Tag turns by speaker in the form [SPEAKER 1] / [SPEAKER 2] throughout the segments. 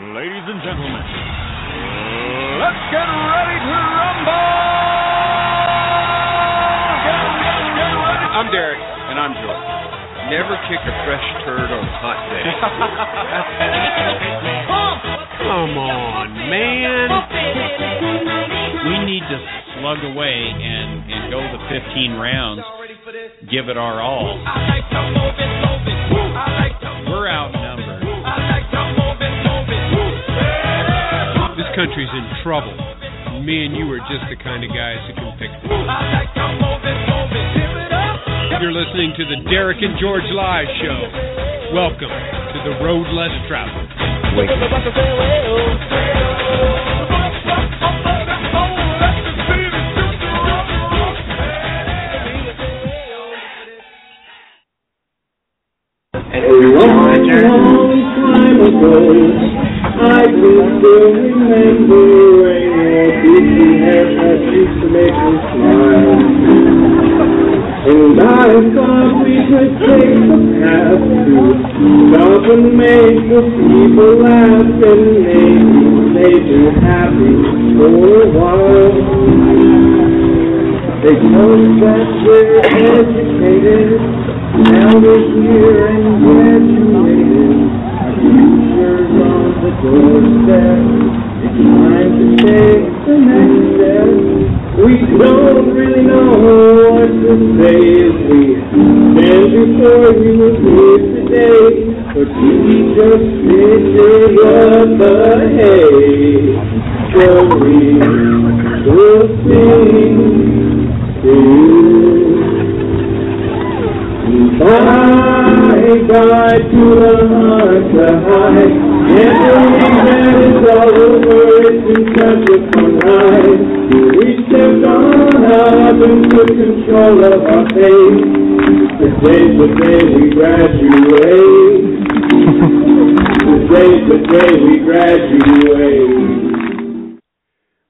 [SPEAKER 1] Ladies and gentlemen, let's get ready to rumble! Get, get, get ready.
[SPEAKER 2] I'm Derek. And I'm George. Never kick a fresh turd on a hot day.
[SPEAKER 3] Come on, man. We need to slug away and, and go the 15 rounds, give it our all. We're outnumbered.
[SPEAKER 2] this country's in trouble. Me and you are just the kind of guys who can fix it. You're listening to the Derek and George Live Show. Welcome to the road less traveled.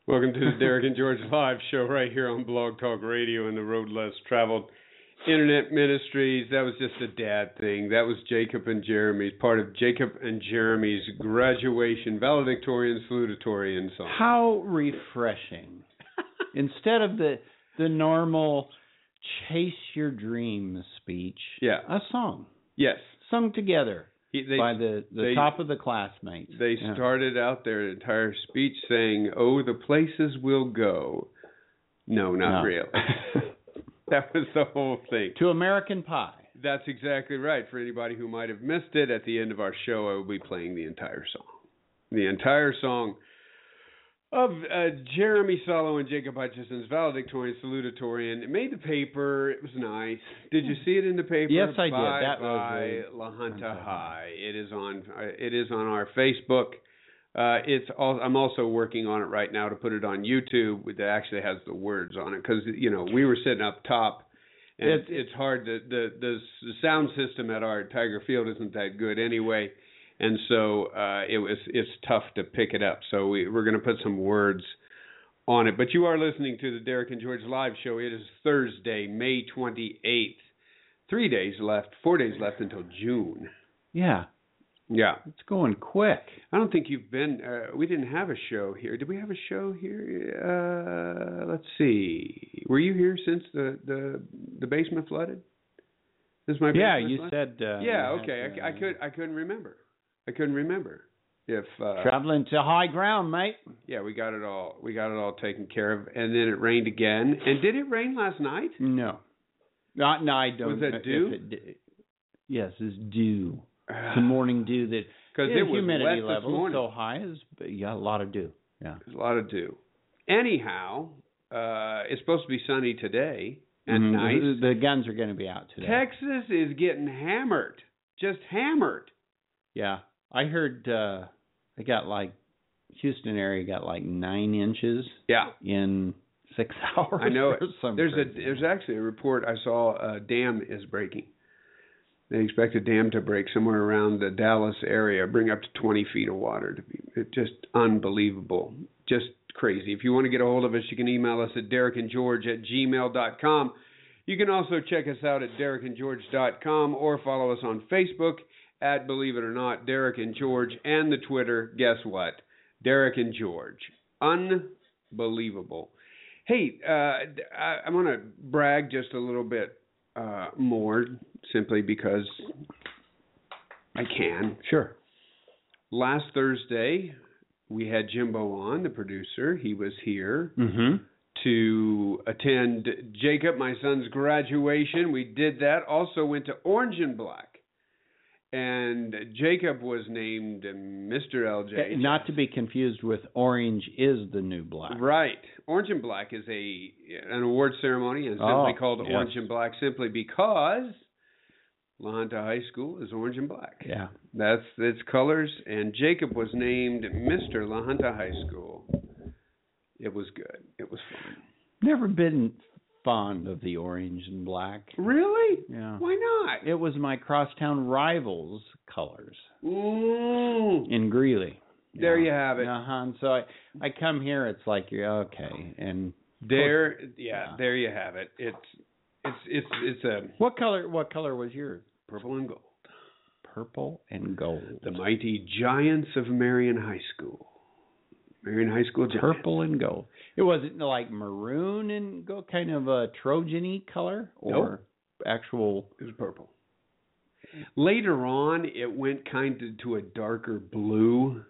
[SPEAKER 2] Welcome to the Derek and George Live Show right here on Blog Talk Radio and the Road Less Traveled Internet Ministries. That was just a dad thing. That was Jacob and Jeremy's part of Jacob and Jeremy's graduation valedictorian salutatorian song.
[SPEAKER 4] How refreshing. Instead of the the normal chase your dreams speech,
[SPEAKER 2] Yeah.
[SPEAKER 4] a song
[SPEAKER 2] Yes.
[SPEAKER 4] sung together
[SPEAKER 2] He, they
[SPEAKER 4] by the, the
[SPEAKER 2] they-
[SPEAKER 4] top of the classmates.
[SPEAKER 2] they
[SPEAKER 4] Yeah.
[SPEAKER 2] started out their entire speech saying, "Oh, the places we'll go." No, not
[SPEAKER 4] No.
[SPEAKER 2] really. that was the whole thing.
[SPEAKER 4] to American Pie.
[SPEAKER 2] That's exactly right. For anybody who might have missed it, at the end of our show, I will be playing the entire song. The entire song of uh, Jeremy Solo and Jacob Hutchison's valedictorian salutatorian. It made the paper. It was nice. Did you see it in the paper?
[SPEAKER 4] Yes, I did.
[SPEAKER 2] Bye,
[SPEAKER 4] That was
[SPEAKER 2] bye,
[SPEAKER 4] really-
[SPEAKER 2] La Junta
[SPEAKER 4] Hunta
[SPEAKER 2] High. It is on. Uh, it is on our Facebook. Uh, it's all, I'm also working on it right now to put it on YouTube with- that actually has the words on it because you know we were sitting up top and it's,
[SPEAKER 4] It's-
[SPEAKER 2] it's hard to, the the s- sound system at our Tiger Field isn't that good anyway, and so uh, it was it's tough to pick it up. So we we're going to put some words on it. But you are listening to the Derek and George live show. It is Thursday, May twenty eighth. Three days left, four days left until June.
[SPEAKER 4] Yeah,
[SPEAKER 2] Yeah,
[SPEAKER 4] it's going quick.
[SPEAKER 2] I don't think you've been. Uh, we didn't have a show here. Did we have a show here? Uh, let's see. Were you here since the the the basement flooded? This is my
[SPEAKER 4] Yeah,
[SPEAKER 2] basement
[SPEAKER 4] you
[SPEAKER 2] flooded?
[SPEAKER 4] said. Uh,
[SPEAKER 2] yeah.
[SPEAKER 4] you had,
[SPEAKER 2] Okay. I c-
[SPEAKER 4] uh,
[SPEAKER 2] I, could. I couldn't remember. I couldn't remember if. Uh,
[SPEAKER 4] traveling to high ground, mate.
[SPEAKER 2] yeah, we got it all. We got it all taken care of, and then it rained again. And did it rain last night?
[SPEAKER 4] No, not no. I don't.
[SPEAKER 2] that
[SPEAKER 4] know if
[SPEAKER 2] dew?
[SPEAKER 4] it di- yes, it's dew. The morning dew that
[SPEAKER 2] Because
[SPEAKER 4] the
[SPEAKER 2] it was wet
[SPEAKER 4] humidity
[SPEAKER 2] this
[SPEAKER 4] level
[SPEAKER 2] morning.
[SPEAKER 4] so high is yeah a lot of dew. Yeah.
[SPEAKER 2] There's a lot of dew. Anyhow, uh, it's supposed to be sunny today and
[SPEAKER 4] Mhm.
[SPEAKER 2] nice.
[SPEAKER 4] The, the guns are going to be out today.
[SPEAKER 2] Texas is getting hammered, just hammered.
[SPEAKER 4] Yeah, I heard uh they got like Houston area got like nine inches
[SPEAKER 2] Yeah,
[SPEAKER 4] in six hours.
[SPEAKER 2] I know it.
[SPEAKER 4] or some
[SPEAKER 2] There's a
[SPEAKER 4] crazy-
[SPEAKER 2] there's actually a report I saw. A dam is breaking. They expect a dam to break somewhere around the Dallas area, bring up to 20 feet of water. To be, it's just unbelievable, just crazy. If you want to get a hold of us, you can email us at derekandgeorge at gmail.com. You can also check us out at derekandgeorge.com or follow us on Facebook at Believe It or Not, Derek and George, and the Twitter. Guess what? Derek and George. Unbelievable. Hey, uh, I, I'm going to brag just a little bit uh, more simply because I can.
[SPEAKER 4] Sure.
[SPEAKER 2] Last Thursday, we had Jimbo on, the producer. He was here
[SPEAKER 4] Mm-hmm.
[SPEAKER 2] to attend Jacob, my son's graduation. We did that. Also went to Orange and Black. And Jacob was named Mr. LJ.
[SPEAKER 4] Not to be confused with Orange is the New Black.
[SPEAKER 2] Right. Orange and Black is a an award ceremony and simply
[SPEAKER 4] Oh,
[SPEAKER 2] called
[SPEAKER 4] yes.
[SPEAKER 2] Orange and Black simply because La Junta High School is orange and black.
[SPEAKER 4] Yeah.
[SPEAKER 2] That's its colors and Jacob was named Mr. La Junta High School. It was good. It was fun.
[SPEAKER 4] Never been fond of the Orange and Black.
[SPEAKER 2] Really?
[SPEAKER 4] Yeah.
[SPEAKER 2] Why not?
[SPEAKER 4] It was my crosstown rivals colors
[SPEAKER 2] Mm.
[SPEAKER 4] in Greeley.
[SPEAKER 2] There you have it.
[SPEAKER 4] Uh huh. So I, I come here, it's like you're okay. And
[SPEAKER 2] There yeah,
[SPEAKER 4] Yeah.
[SPEAKER 2] there you have it. It's it's it's it's a
[SPEAKER 4] what color? What color was yours?
[SPEAKER 2] purple and gold.
[SPEAKER 4] Purple and gold.
[SPEAKER 2] The mighty giants of Marion High School. Marion High School Giants.
[SPEAKER 4] purple and gold. It wasn't like maroon and gold, kind of a Trojan-y color, or actual.
[SPEAKER 2] It was purple. Later on, it went kind of to a darker blue.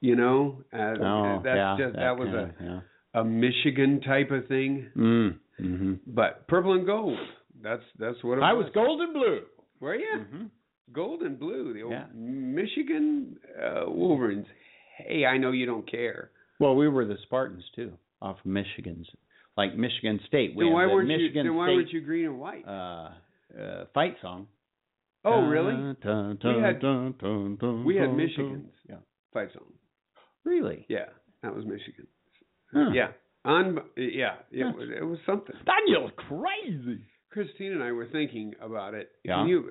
[SPEAKER 2] You know, uh,
[SPEAKER 4] Oh,
[SPEAKER 2] that's
[SPEAKER 4] yeah,
[SPEAKER 2] just, that, was
[SPEAKER 4] kind of, yeah.
[SPEAKER 2] a, a Michigan type of thing.
[SPEAKER 4] Mm, mm-hmm.
[SPEAKER 2] But purple and gold. That's that's what it
[SPEAKER 4] I was
[SPEAKER 2] was.
[SPEAKER 4] gold and blue.
[SPEAKER 2] Were you
[SPEAKER 4] Mm-hmm.
[SPEAKER 2] gold and blue? The old
[SPEAKER 4] Yeah.
[SPEAKER 2] Michigan uh, Wolverines. Hey, I know you don't care.
[SPEAKER 4] Well, we were the Spartans too, off Michigan's, like Michigan State. We
[SPEAKER 2] then
[SPEAKER 4] have
[SPEAKER 2] why
[SPEAKER 4] the
[SPEAKER 2] weren't you?
[SPEAKER 4] Michigan
[SPEAKER 2] Then why weren't
[SPEAKER 4] State
[SPEAKER 2] you green and white?
[SPEAKER 4] uh, uh, fight song.
[SPEAKER 2] oh, really?
[SPEAKER 4] Dun, dun,
[SPEAKER 2] We
[SPEAKER 4] dun,
[SPEAKER 2] had-
[SPEAKER 4] dun, dun, dun,
[SPEAKER 2] We had
[SPEAKER 4] dun,
[SPEAKER 2] Michigan's
[SPEAKER 4] dun.
[SPEAKER 2] fight song.
[SPEAKER 4] Yeah. Really?
[SPEAKER 2] Yeah, that was Michigan.
[SPEAKER 4] Huh.
[SPEAKER 2] Yeah, on. Yeah, it
[SPEAKER 4] Huh.
[SPEAKER 2] was it was something.
[SPEAKER 4] Daniel's crazy.
[SPEAKER 2] Christine and I were thinking about it.
[SPEAKER 4] Yeah.
[SPEAKER 2] And you,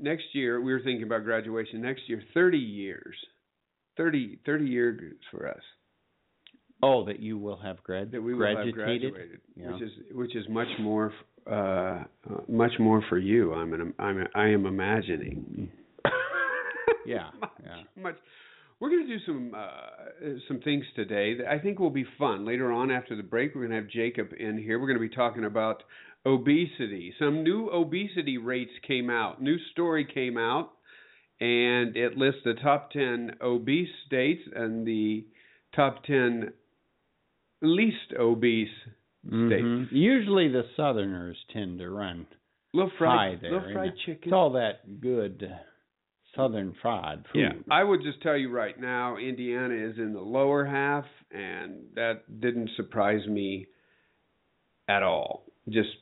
[SPEAKER 2] next year, we were thinking about graduation. Next year, 30 years. 30, 30 years for us
[SPEAKER 4] Oh, that you will have grad
[SPEAKER 2] that we will have
[SPEAKER 4] graduated.
[SPEAKER 2] graduated,
[SPEAKER 4] Yeah.
[SPEAKER 2] which is which is much more uh, uh, much more for you. I'm an, I'm a, I am imagining.
[SPEAKER 4] Yeah,
[SPEAKER 2] much,
[SPEAKER 4] yeah.
[SPEAKER 2] much. We're going to do some uh, some things today that I think will be fun. Later on, after the break, we're going to have Jacob in here. We're going to be talking about obesity. Some new obesity rates came out. New story came out, and it lists the top ten obese states and the top ten least obese.
[SPEAKER 4] Mhm. Usually the Southerners tend to run.
[SPEAKER 2] Little fried,
[SPEAKER 4] Fry there,
[SPEAKER 2] little fried
[SPEAKER 4] isn't
[SPEAKER 2] chicken.
[SPEAKER 4] It's all that good Southern fried food.
[SPEAKER 2] Yeah, I would just tell you right now, Indiana is in the lower half, and that didn't surprise me at all. Just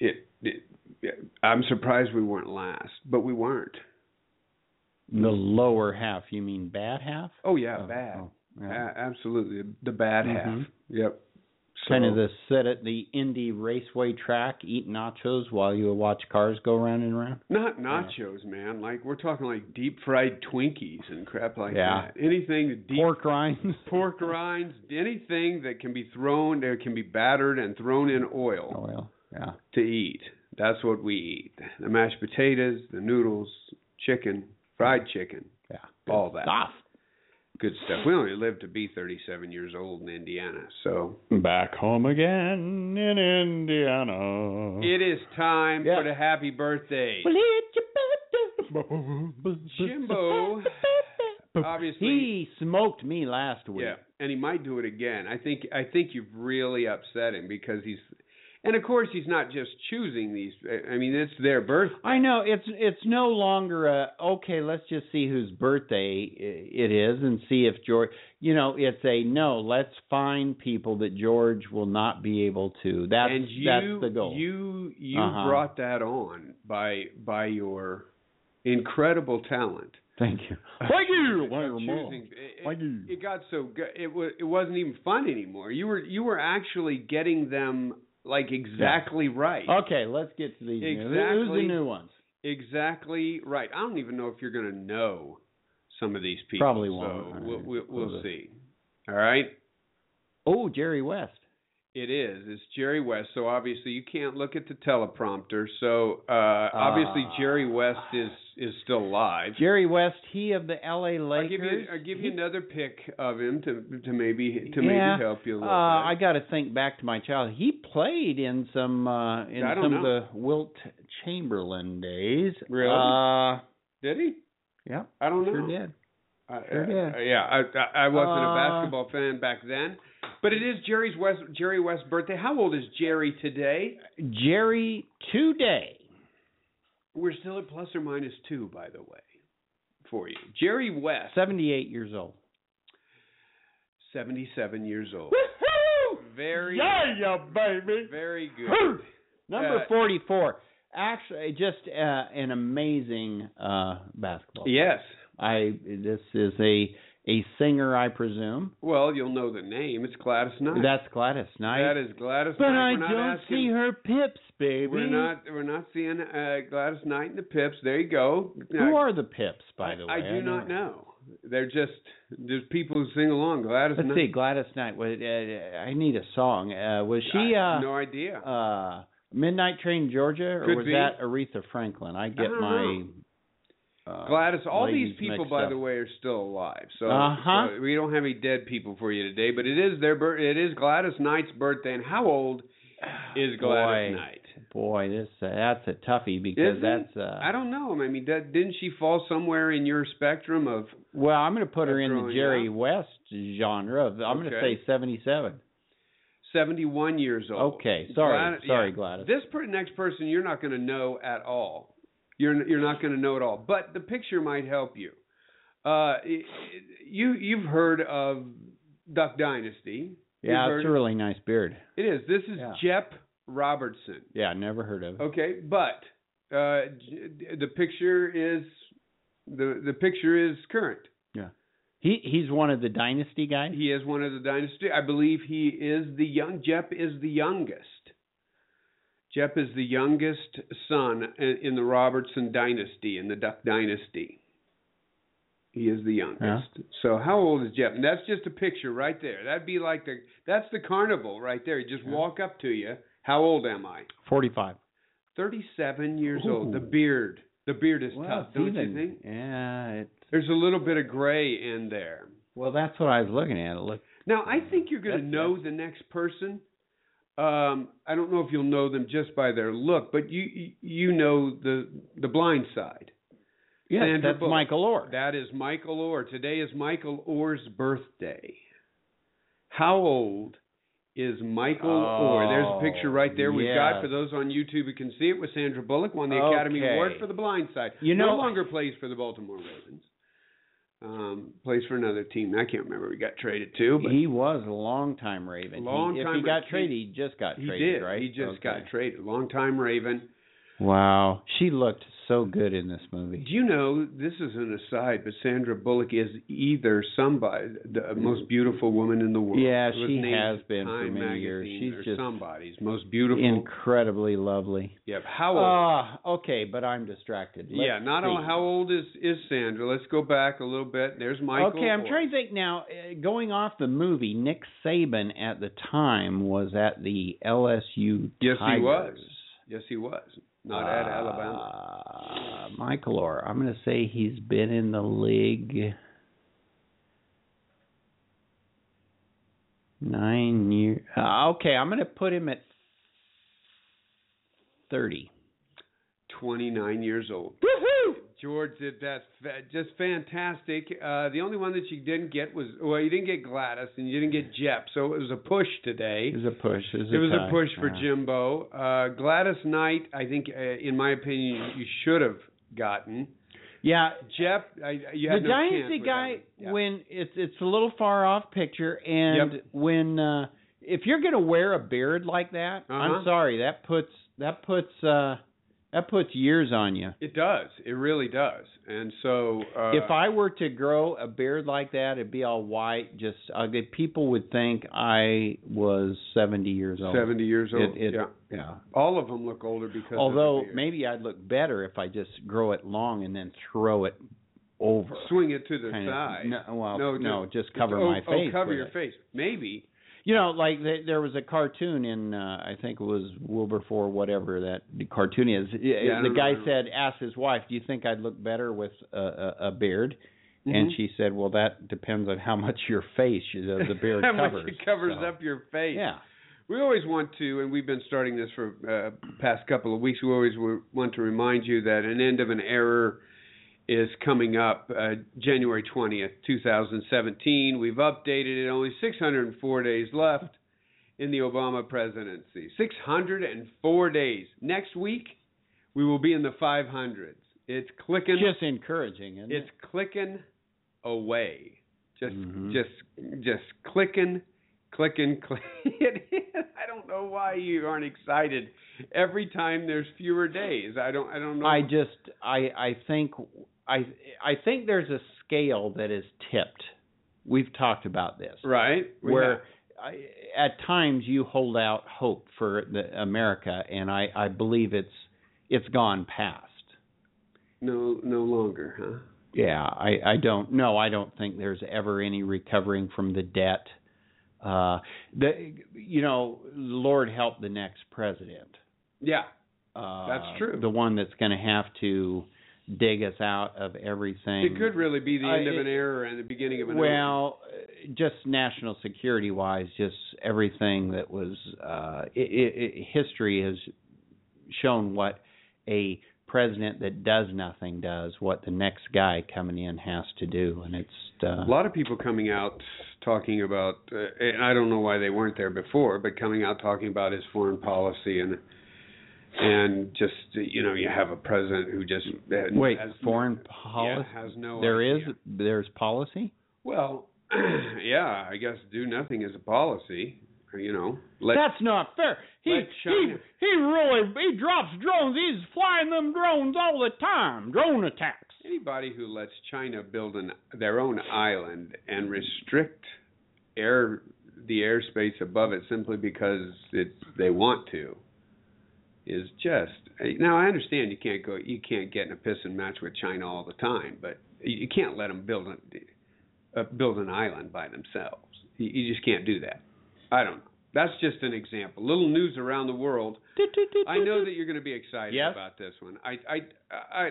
[SPEAKER 2] it, it, it- I'm surprised we weren't last, but we weren't.
[SPEAKER 4] The lower half, you mean bad half?
[SPEAKER 2] Oh yeah,
[SPEAKER 4] Oh,
[SPEAKER 2] bad,
[SPEAKER 4] oh,
[SPEAKER 2] A-
[SPEAKER 4] yeah.
[SPEAKER 2] absolutely the bad half.
[SPEAKER 4] Mhm.
[SPEAKER 2] Yep.
[SPEAKER 4] Kind of
[SPEAKER 2] So-
[SPEAKER 4] the sit at the Indy Raceway track, eat nachos while you watch cars go round and round.
[SPEAKER 2] Not nachos, man. Like we're talking like deep fried Twinkies and crap like
[SPEAKER 4] Yeah.
[SPEAKER 2] that. Anything that deep
[SPEAKER 4] Pork rinds.
[SPEAKER 2] pork rinds, anything that can be thrown, that can be battered and thrown in oil
[SPEAKER 4] Oil. Oh, Yeah.
[SPEAKER 2] to eat. That's what we eat. The mashed potatoes, the noodles, chicken, fried chicken,
[SPEAKER 4] Yeah.
[SPEAKER 2] all that
[SPEAKER 4] Stuff.
[SPEAKER 2] good stuff. We only live to be 37 years old in Indiana, so
[SPEAKER 4] Back home again in Indiana.
[SPEAKER 2] it is time
[SPEAKER 4] Mm-hmm. Yeah.
[SPEAKER 2] for the happy birthday.
[SPEAKER 4] Well, it's your birthday.
[SPEAKER 2] Jimbo, obviously-
[SPEAKER 4] He smoked me last week.
[SPEAKER 2] Yeah, and he might do it again. I think I think you've really upset him because he's, and of course he's not just choosing these. I- I mean, it's their birthday.
[SPEAKER 4] I know it's it's no longer a okay. Let's just see whose birthday i- it is and see if George. You know, it's a no. Let's find people that George will not be able to. That's
[SPEAKER 2] and you,
[SPEAKER 4] that's the goal.
[SPEAKER 2] You you
[SPEAKER 4] Uh-huh.
[SPEAKER 2] brought that on by by your incredible talent.
[SPEAKER 4] Thank you. Thank you. Why your mom?
[SPEAKER 2] Choosing- it-
[SPEAKER 4] Why
[SPEAKER 2] it-
[SPEAKER 4] you?
[SPEAKER 2] It got so good. It was it wasn't even fun anymore. You were you were actually getting them like exactly right.
[SPEAKER 4] Okay, let's get to these. new- Who's
[SPEAKER 2] Exactly.
[SPEAKER 4] the new ones?
[SPEAKER 2] Exactly right. I don't even know if you're going to know some of these people.
[SPEAKER 4] Probably
[SPEAKER 2] so
[SPEAKER 4] won't. All
[SPEAKER 2] We'll,
[SPEAKER 4] right.
[SPEAKER 2] we'll, we'll
[SPEAKER 4] Close it.
[SPEAKER 2] see. All right.
[SPEAKER 4] Oh, Jerry West.
[SPEAKER 2] It is. It's Jerry West. So obviously you can't look at the teleprompter. So uh, obviously
[SPEAKER 4] Ah.
[SPEAKER 2] Jerry West is is still alive.
[SPEAKER 4] Jerry West, he of the L.A.
[SPEAKER 2] I'll give you
[SPEAKER 4] Lakers.
[SPEAKER 2] I'll give you another pick of him to to maybe to
[SPEAKER 4] Yeah.
[SPEAKER 2] maybe help you a
[SPEAKER 4] uh,
[SPEAKER 2] little
[SPEAKER 4] I
[SPEAKER 2] bit.
[SPEAKER 4] got to think back to my childhood. He played in some uh in
[SPEAKER 2] I don't
[SPEAKER 4] some
[SPEAKER 2] know.
[SPEAKER 4] of the Wilt Chamberlain days.
[SPEAKER 2] Really?
[SPEAKER 4] Uh,
[SPEAKER 2] Did he?
[SPEAKER 4] yeah,
[SPEAKER 2] I don't know.
[SPEAKER 4] sure did.
[SPEAKER 2] I,
[SPEAKER 4] Sure
[SPEAKER 2] I-
[SPEAKER 4] did.
[SPEAKER 2] I- yeah, I, I, I wasn't
[SPEAKER 4] Uh,
[SPEAKER 2] a basketball fan back then, but it is Jerry's West Jerry West's birthday. How old is Jerry today?
[SPEAKER 4] Jerry today.
[SPEAKER 2] We're still at plus or minus two, by the way, for you. Jerry West,
[SPEAKER 4] 78 years old.
[SPEAKER 2] seventy-seven years old.
[SPEAKER 4] Woohoo!
[SPEAKER 2] Very,
[SPEAKER 4] Yeah, yeah, baby.
[SPEAKER 2] very good.
[SPEAKER 4] Hoo! Number
[SPEAKER 2] Uh,
[SPEAKER 4] 44. Actually, just uh, an amazing uh, basketball. player.
[SPEAKER 2] Yes.
[SPEAKER 4] I this is a a singer, I presume.
[SPEAKER 2] Well, you'll know the name. It's Gladys Knight.
[SPEAKER 4] That's Gladys Knight.
[SPEAKER 2] that is Gladys
[SPEAKER 4] but
[SPEAKER 2] Knight.
[SPEAKER 4] I
[SPEAKER 2] We're not
[SPEAKER 4] don't
[SPEAKER 2] asking-
[SPEAKER 4] see her pips, baby.
[SPEAKER 2] We're not. We're not seeing uh, Gladys Knight and the Pips. There you go.
[SPEAKER 4] Who are the pips, by
[SPEAKER 2] I-
[SPEAKER 4] the way?
[SPEAKER 2] I do
[SPEAKER 4] don't
[SPEAKER 2] not know. They're just there's people who sing along. Gladys
[SPEAKER 4] Let's
[SPEAKER 2] Knight.
[SPEAKER 4] see, Gladys Knight. What, uh, I need a song. Uh, was she
[SPEAKER 2] I
[SPEAKER 4] uh,
[SPEAKER 2] have no idea.
[SPEAKER 4] uh, Midnight Train to Georgia, or
[SPEAKER 2] Could
[SPEAKER 4] was
[SPEAKER 2] be. Uh-huh.
[SPEAKER 4] that Aretha Franklin? I get
[SPEAKER 2] don't
[SPEAKER 4] my
[SPEAKER 2] know.
[SPEAKER 4] uh,
[SPEAKER 2] Gladys, all these
[SPEAKER 4] ladies
[SPEAKER 2] people,
[SPEAKER 4] mixed
[SPEAKER 2] by
[SPEAKER 4] up.
[SPEAKER 2] the way, are still alive. So,
[SPEAKER 4] Uh-huh.
[SPEAKER 2] so we don't have any dead people for you today, but it is their bir- it is Gladys Knight's birthday. And how old is
[SPEAKER 4] Boy.
[SPEAKER 2] Gladys Knight?
[SPEAKER 4] Boy, this uh, that's a toughie because
[SPEAKER 2] Isn't it?
[SPEAKER 4] that's uh,
[SPEAKER 2] I don't know. I mean, that, didn't she fall somewhere in your spectrum of?
[SPEAKER 4] well, I'm going to put her in the
[SPEAKER 2] Throwing
[SPEAKER 4] Jerry
[SPEAKER 2] out.
[SPEAKER 4] West genre. Of, I'm going to
[SPEAKER 2] Okay.
[SPEAKER 4] say 77.
[SPEAKER 2] 71 years old.
[SPEAKER 4] Okay, sorry,
[SPEAKER 2] Glad-
[SPEAKER 4] sorry,
[SPEAKER 2] yeah.
[SPEAKER 4] Gladys.
[SPEAKER 2] This per- next person you're not going to know at all. You're you're not going to know at all. But the picture might help you. Uh, it- it- you you've heard of Duck Dynasty. You've
[SPEAKER 4] yeah,
[SPEAKER 2] heard-
[SPEAKER 4] it's a really nice beard.
[SPEAKER 2] it is. This is
[SPEAKER 4] Yeah.
[SPEAKER 2] Jep Robertson.
[SPEAKER 4] Yeah, never heard of it.
[SPEAKER 2] Okay, but uh, j- the picture is the the picture is current.
[SPEAKER 4] He he's one of the dynasty guys.
[SPEAKER 2] He is one of the dynasty. I believe he is the young. Jep is the youngest. Jep is the youngest son i- in the Robertson dynasty, in the Duck dynasty. He is the youngest. So how old is Jep? And that's just a picture right there. That'd be like the that's the carnival right there. Just
[SPEAKER 4] Yeah.
[SPEAKER 2] walk up to you. How old am I?
[SPEAKER 4] 45.
[SPEAKER 2] Thirty-seven years old. The
[SPEAKER 4] Ooh.
[SPEAKER 2] beard. The beard is tough,
[SPEAKER 4] it's
[SPEAKER 2] don't
[SPEAKER 4] even-
[SPEAKER 2] you think?
[SPEAKER 4] Yeah, it,
[SPEAKER 2] There's a little bit of gray in there.
[SPEAKER 4] well, that's what I was looking at. It looked
[SPEAKER 2] Now, I think you're going to
[SPEAKER 4] That's-
[SPEAKER 2] know the next person. Um, I don't know if you'll know them just by their look, but you you- you know the the blind side.
[SPEAKER 4] Yes,
[SPEAKER 2] Sandra
[SPEAKER 4] that's
[SPEAKER 2] Bullock.
[SPEAKER 4] Michael Orr.
[SPEAKER 2] That is Michael Orr. Today is Michael Orr's birthday. How old is Michael Orr? There's a picture right there we've got
[SPEAKER 4] Oh, yes.
[SPEAKER 2] for those on YouTube who can see it with Sandra Bullock won the
[SPEAKER 4] Okay.
[SPEAKER 2] Academy Award for The Blind Side.
[SPEAKER 4] You
[SPEAKER 2] no
[SPEAKER 4] know-
[SPEAKER 2] longer plays for the Baltimore Ravens. Um, plays for another team. I can't remember. who He got traded to, but
[SPEAKER 4] he was a long-time Raven. He- if
[SPEAKER 2] Long-time
[SPEAKER 4] he got
[SPEAKER 2] Raven.
[SPEAKER 4] traded, he just got
[SPEAKER 2] He
[SPEAKER 4] traded,
[SPEAKER 2] did.
[SPEAKER 4] right?
[SPEAKER 2] He just
[SPEAKER 4] Okay.
[SPEAKER 2] got traded. Long time Raven.
[SPEAKER 4] Wow, she looked so good in this
[SPEAKER 2] Do
[SPEAKER 4] movie.
[SPEAKER 2] you know this is an aside, but Sandra Bullock is either somebody, the most beautiful woman in the world.
[SPEAKER 4] Yeah,
[SPEAKER 2] It was
[SPEAKER 4] she
[SPEAKER 2] named
[SPEAKER 4] has been for
[SPEAKER 2] Time
[SPEAKER 4] many years.
[SPEAKER 2] magazine
[SPEAKER 4] She's
[SPEAKER 2] or
[SPEAKER 4] just
[SPEAKER 2] somebody's most beautiful.
[SPEAKER 4] Incredibly lovely.
[SPEAKER 2] yep. How old?
[SPEAKER 4] Ah, okay, but I'm distracted. Let's
[SPEAKER 2] yeah, not
[SPEAKER 4] see.
[SPEAKER 2] on how old is is Sandra? Let's go back a little bit. There's Michael.
[SPEAKER 4] Okay, I'm
[SPEAKER 2] Orr.
[SPEAKER 4] trying to think now. uh, Going off the movie, Nick Saban at the time was at the LSU
[SPEAKER 2] Yes,
[SPEAKER 4] Tigers.
[SPEAKER 2] he was. Yes, he was. Not at
[SPEAKER 4] Uh,
[SPEAKER 2] Alabama.
[SPEAKER 4] Michael Orr. I'm going to say he's been in the league nine years. Uh, okay, I'm going to put him at thirty.
[SPEAKER 2] Twenty nine years old.
[SPEAKER 4] Woohoo!
[SPEAKER 2] George did that fa- just fantastic. Uh, the only one that you didn't get was well, you didn't get Gladys and you didn't get Jep, so it was a push today.
[SPEAKER 4] It was a push. It was,
[SPEAKER 2] It was
[SPEAKER 4] tie.
[SPEAKER 2] a push for
[SPEAKER 4] Yeah.
[SPEAKER 2] Jimbo. Uh, Gladys Knight, I think, uh, in my opinion, you should have gotten.
[SPEAKER 4] Yeah,
[SPEAKER 2] Jep, I, you
[SPEAKER 4] the
[SPEAKER 2] had no chance
[SPEAKER 4] dynasty
[SPEAKER 2] with that
[SPEAKER 4] guy
[SPEAKER 2] one. Yeah.
[SPEAKER 4] when it's it's a little far off picture and
[SPEAKER 2] Yep.
[SPEAKER 4] when uh if you're going to wear a beard like that
[SPEAKER 2] Uh-huh.
[SPEAKER 4] i'm sorry that puts that puts uh that puts years on you
[SPEAKER 2] it does, it really does, and so uh,
[SPEAKER 4] if i were to grow a beard like that it'd be all white just ugly people would think i was 70 years old
[SPEAKER 2] seventy years old,
[SPEAKER 4] It- it-
[SPEAKER 2] yeah,
[SPEAKER 4] yeah
[SPEAKER 2] all of them look older because.
[SPEAKER 4] although
[SPEAKER 2] of the beard.
[SPEAKER 4] maybe i'd look better if i just grow it long and then throw it over
[SPEAKER 2] swing it to the
[SPEAKER 4] Kind of-
[SPEAKER 2] side.
[SPEAKER 4] no, well,
[SPEAKER 2] No,
[SPEAKER 4] no,
[SPEAKER 2] just-
[SPEAKER 4] just cover
[SPEAKER 2] oh,
[SPEAKER 4] my face
[SPEAKER 2] Oh, cover
[SPEAKER 4] with
[SPEAKER 2] your
[SPEAKER 4] it.
[SPEAKER 2] face. Maybe
[SPEAKER 4] You know, like th there was a cartoon in uh, I think it was Wilberforce, whatever that cartoon is.
[SPEAKER 2] I
[SPEAKER 4] the
[SPEAKER 2] don't
[SPEAKER 4] guy
[SPEAKER 2] remember.
[SPEAKER 4] said, asked his wife, "Do you think I'd look better with a, a, a beard?" And
[SPEAKER 2] Mhm.
[SPEAKER 4] she said, "Well, that depends on how much your face you know, the beard
[SPEAKER 2] How much
[SPEAKER 4] covers."
[SPEAKER 2] it covers
[SPEAKER 4] So,
[SPEAKER 2] up your face.
[SPEAKER 4] Yeah.
[SPEAKER 2] We always want to, and we've been starting this for uh, past couple of weeks. We always w- want to remind you that an end of an error is coming up uh, January twentieth, two thousand seventeen. We've updated it. Only six hundred and four days left in the Obama presidency. Six hundred and four days. Next week, we will be in the five hundreds. It's clicking.
[SPEAKER 4] Just encouraging, isn't
[SPEAKER 2] it's
[SPEAKER 4] it?
[SPEAKER 2] clicking away. Just
[SPEAKER 4] Mhm.
[SPEAKER 2] just just clicking, clicking, click. It is. I don't know why you aren't excited every time there's fewer days. I don't I don't know.
[SPEAKER 4] I just I I think I I think there's a scale that is tipped. We've talked about this.
[SPEAKER 2] right? We
[SPEAKER 4] where I, at times you hold out hope for the America, and I, I believe it's it's gone past.
[SPEAKER 2] no no longer, huh?
[SPEAKER 4] Yeah, I, I don't no, I don't think there's ever any recovering from the debt. Uh, the you know, Lord help the next president.
[SPEAKER 2] Yeah.
[SPEAKER 4] Uh,
[SPEAKER 2] That's true.
[SPEAKER 4] The one that's going to have to dig us out of everything.
[SPEAKER 2] It could really be the
[SPEAKER 4] I-
[SPEAKER 2] end of
[SPEAKER 4] it-
[SPEAKER 2] an era and the beginning of an era.
[SPEAKER 4] Well, uh, just national security wise, just everything that was uh, i i i history has shown what a president that does nothing does, what the next guy coming in has to do, and it's uh,
[SPEAKER 2] a lot of people coming out talking about, uh, and I don't know why they weren't there before, but coming out talking about his foreign policy and and just you know you have a president who just
[SPEAKER 4] wait
[SPEAKER 2] has,
[SPEAKER 4] foreign
[SPEAKER 2] yeah,
[SPEAKER 4] policy.
[SPEAKER 2] has no
[SPEAKER 4] there is
[SPEAKER 2] idea.
[SPEAKER 4] there's policy.
[SPEAKER 2] well yeah I guess do nothing is a policy you know let
[SPEAKER 4] That's not fair. He
[SPEAKER 2] Let
[SPEAKER 4] he
[SPEAKER 2] China-
[SPEAKER 4] he really he drops drones. He's flying them drones all the time. Drone attacks.
[SPEAKER 2] anybody who lets China build an their own island and restrict air the airspace above it simply because it they want to is just now I understand you can't go you can't get in a piss and match with China all the time but you you can't let them build an uh, build an island by themselves you, you just can't do that I don't know that's just an example little news around the world I know that you're going to be excited
[SPEAKER 4] Yes?
[SPEAKER 2] about this one. I, I, I,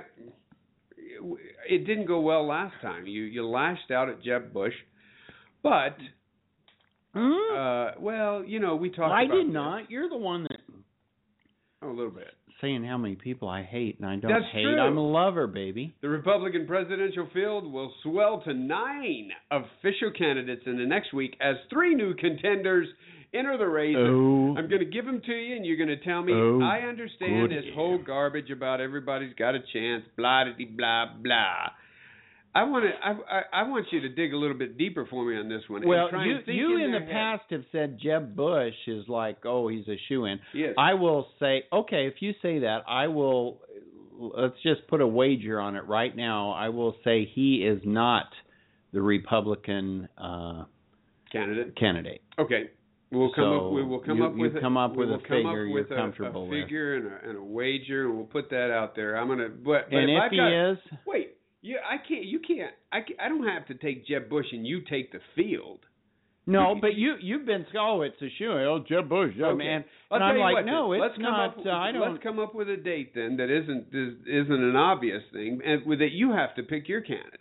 [SPEAKER 2] it didn't go well last time. You you lashed out at Jeb Bush, but
[SPEAKER 4] Hmm?
[SPEAKER 2] uh, well, you know we talked.
[SPEAKER 4] I
[SPEAKER 2] about
[SPEAKER 4] did
[SPEAKER 2] this.
[SPEAKER 4] not. You're the one that
[SPEAKER 2] Oh, a little bit.
[SPEAKER 4] saying how many people I hate, and I don't
[SPEAKER 2] That's
[SPEAKER 4] hate.
[SPEAKER 2] true.
[SPEAKER 4] I'm a lover, baby.
[SPEAKER 2] The Republican presidential field will swell to nine official candidates in the next week as three new contenders enter the race.
[SPEAKER 4] Oh,
[SPEAKER 2] I'm going to give them to you, and you're going to tell me.
[SPEAKER 4] Oh,
[SPEAKER 2] I understand
[SPEAKER 4] good
[SPEAKER 2] this
[SPEAKER 4] yeah.
[SPEAKER 2] whole garbage about everybody's got a chance, blah de blah blah. I want to. I, I I want you to dig a little bit deeper for me on this one. and
[SPEAKER 4] well,
[SPEAKER 2] try
[SPEAKER 4] you
[SPEAKER 2] and think
[SPEAKER 4] you
[SPEAKER 2] in,
[SPEAKER 4] in the
[SPEAKER 2] their head.
[SPEAKER 4] past have said Jeb Bush is like, oh, he's a shoe in.
[SPEAKER 2] Yes.
[SPEAKER 4] I will say, okay, if you say that, I will. Let's just put a wager on it right now. I will say he is not the Republican uh,
[SPEAKER 2] candidate.
[SPEAKER 4] candidate.
[SPEAKER 2] Okay. We'll come
[SPEAKER 4] So
[SPEAKER 2] up. We will come
[SPEAKER 4] you-
[SPEAKER 2] up
[SPEAKER 4] you
[SPEAKER 2] with.
[SPEAKER 4] come up
[SPEAKER 2] we
[SPEAKER 4] with a
[SPEAKER 2] will come up
[SPEAKER 4] figure you're
[SPEAKER 2] with a-
[SPEAKER 4] comfortable
[SPEAKER 2] a
[SPEAKER 4] with.
[SPEAKER 2] figure and a, and a wager, and we'll put that out there. I'm gonna. But, but
[SPEAKER 4] and
[SPEAKER 2] if
[SPEAKER 4] if
[SPEAKER 2] I've
[SPEAKER 4] he
[SPEAKER 2] got,
[SPEAKER 4] is,
[SPEAKER 2] wait, you, I can't. You can't. I can't, I don't have to take Jeb Bush, and you take the field.
[SPEAKER 4] no,
[SPEAKER 2] you-
[SPEAKER 4] but you you've been oh, it's a shoe in. Oh, Jeb Bush, yeah,
[SPEAKER 2] Okay.
[SPEAKER 4] man.
[SPEAKER 2] I'll
[SPEAKER 4] And
[SPEAKER 2] tell
[SPEAKER 4] I'm
[SPEAKER 2] you
[SPEAKER 4] like,
[SPEAKER 2] what,
[SPEAKER 4] no,
[SPEAKER 2] then.
[SPEAKER 4] it's
[SPEAKER 2] let's come
[SPEAKER 4] not,
[SPEAKER 2] Up,
[SPEAKER 4] uh, I don't-
[SPEAKER 2] Let's come up with a date then that isn't is, isn't an obvious thing, and with that you have to pick your candidate.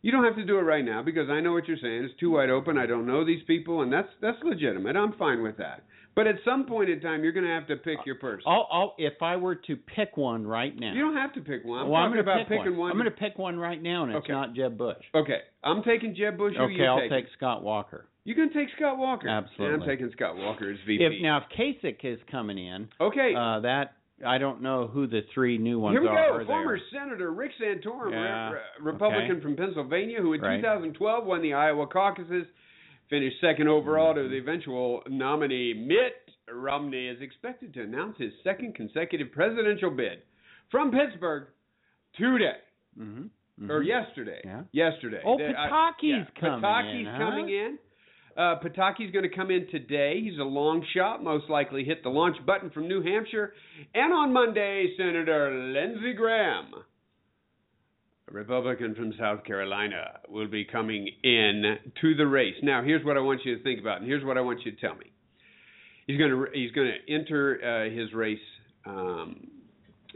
[SPEAKER 2] You don't have to do it right now because I know what you're saying. It's too wide open. I don't know these people, and that's that's legitimate. I'm fine with that. But at some point in time, you're going to have to pick your person.
[SPEAKER 4] I'll, I'll, if I were to pick one right now,
[SPEAKER 2] You don't have to pick one. I'm
[SPEAKER 4] well, I'm
[SPEAKER 2] talking
[SPEAKER 4] gonna
[SPEAKER 2] about
[SPEAKER 4] pick
[SPEAKER 2] picking
[SPEAKER 4] I'm going to pick one right now, and it's
[SPEAKER 2] Okay.
[SPEAKER 4] not Jeb Bush.
[SPEAKER 2] Okay, I'm taking Jeb Bush. Who
[SPEAKER 4] Okay,
[SPEAKER 2] you
[SPEAKER 4] I'll
[SPEAKER 2] taking?
[SPEAKER 4] take Scott Walker.
[SPEAKER 2] You're going to take Scott Walker. And
[SPEAKER 4] Absolutely.
[SPEAKER 2] I'm taking Scott Walker as VP.
[SPEAKER 4] If now if Kasich is coming in,
[SPEAKER 2] okay,
[SPEAKER 4] uh, that I don't know who the three new ones
[SPEAKER 2] Here we
[SPEAKER 4] are.
[SPEAKER 2] go.
[SPEAKER 4] are
[SPEAKER 2] Former
[SPEAKER 4] there.
[SPEAKER 2] Senator Rick Santorum,
[SPEAKER 4] Yeah,
[SPEAKER 2] re- re- Republican
[SPEAKER 4] okay.
[SPEAKER 2] from Pennsylvania, who in
[SPEAKER 4] Right.
[SPEAKER 2] 2012 won the Iowa caucuses, finished second overall to the eventual nominee Mitt Romney, is expected to announce his second consecutive presidential bid from Pittsburgh today
[SPEAKER 4] hmm
[SPEAKER 2] or yesterday.
[SPEAKER 4] Yeah.
[SPEAKER 2] Yesterday.
[SPEAKER 4] Oh,
[SPEAKER 2] They- I-
[SPEAKER 4] Pataki's coming
[SPEAKER 2] Pataki's
[SPEAKER 4] in. huh?
[SPEAKER 2] coming in. Uh, Pataki's going to come in today. He's a long shot, most likely hit the launch button from New Hampshire. And on Monday, Senator Lindsey Graham a Republican from South Carolina, will be coming in to the race. Now, here's what I want you to think about, and here's what I want you to tell me. He's going to he's going to enter uh, his race um,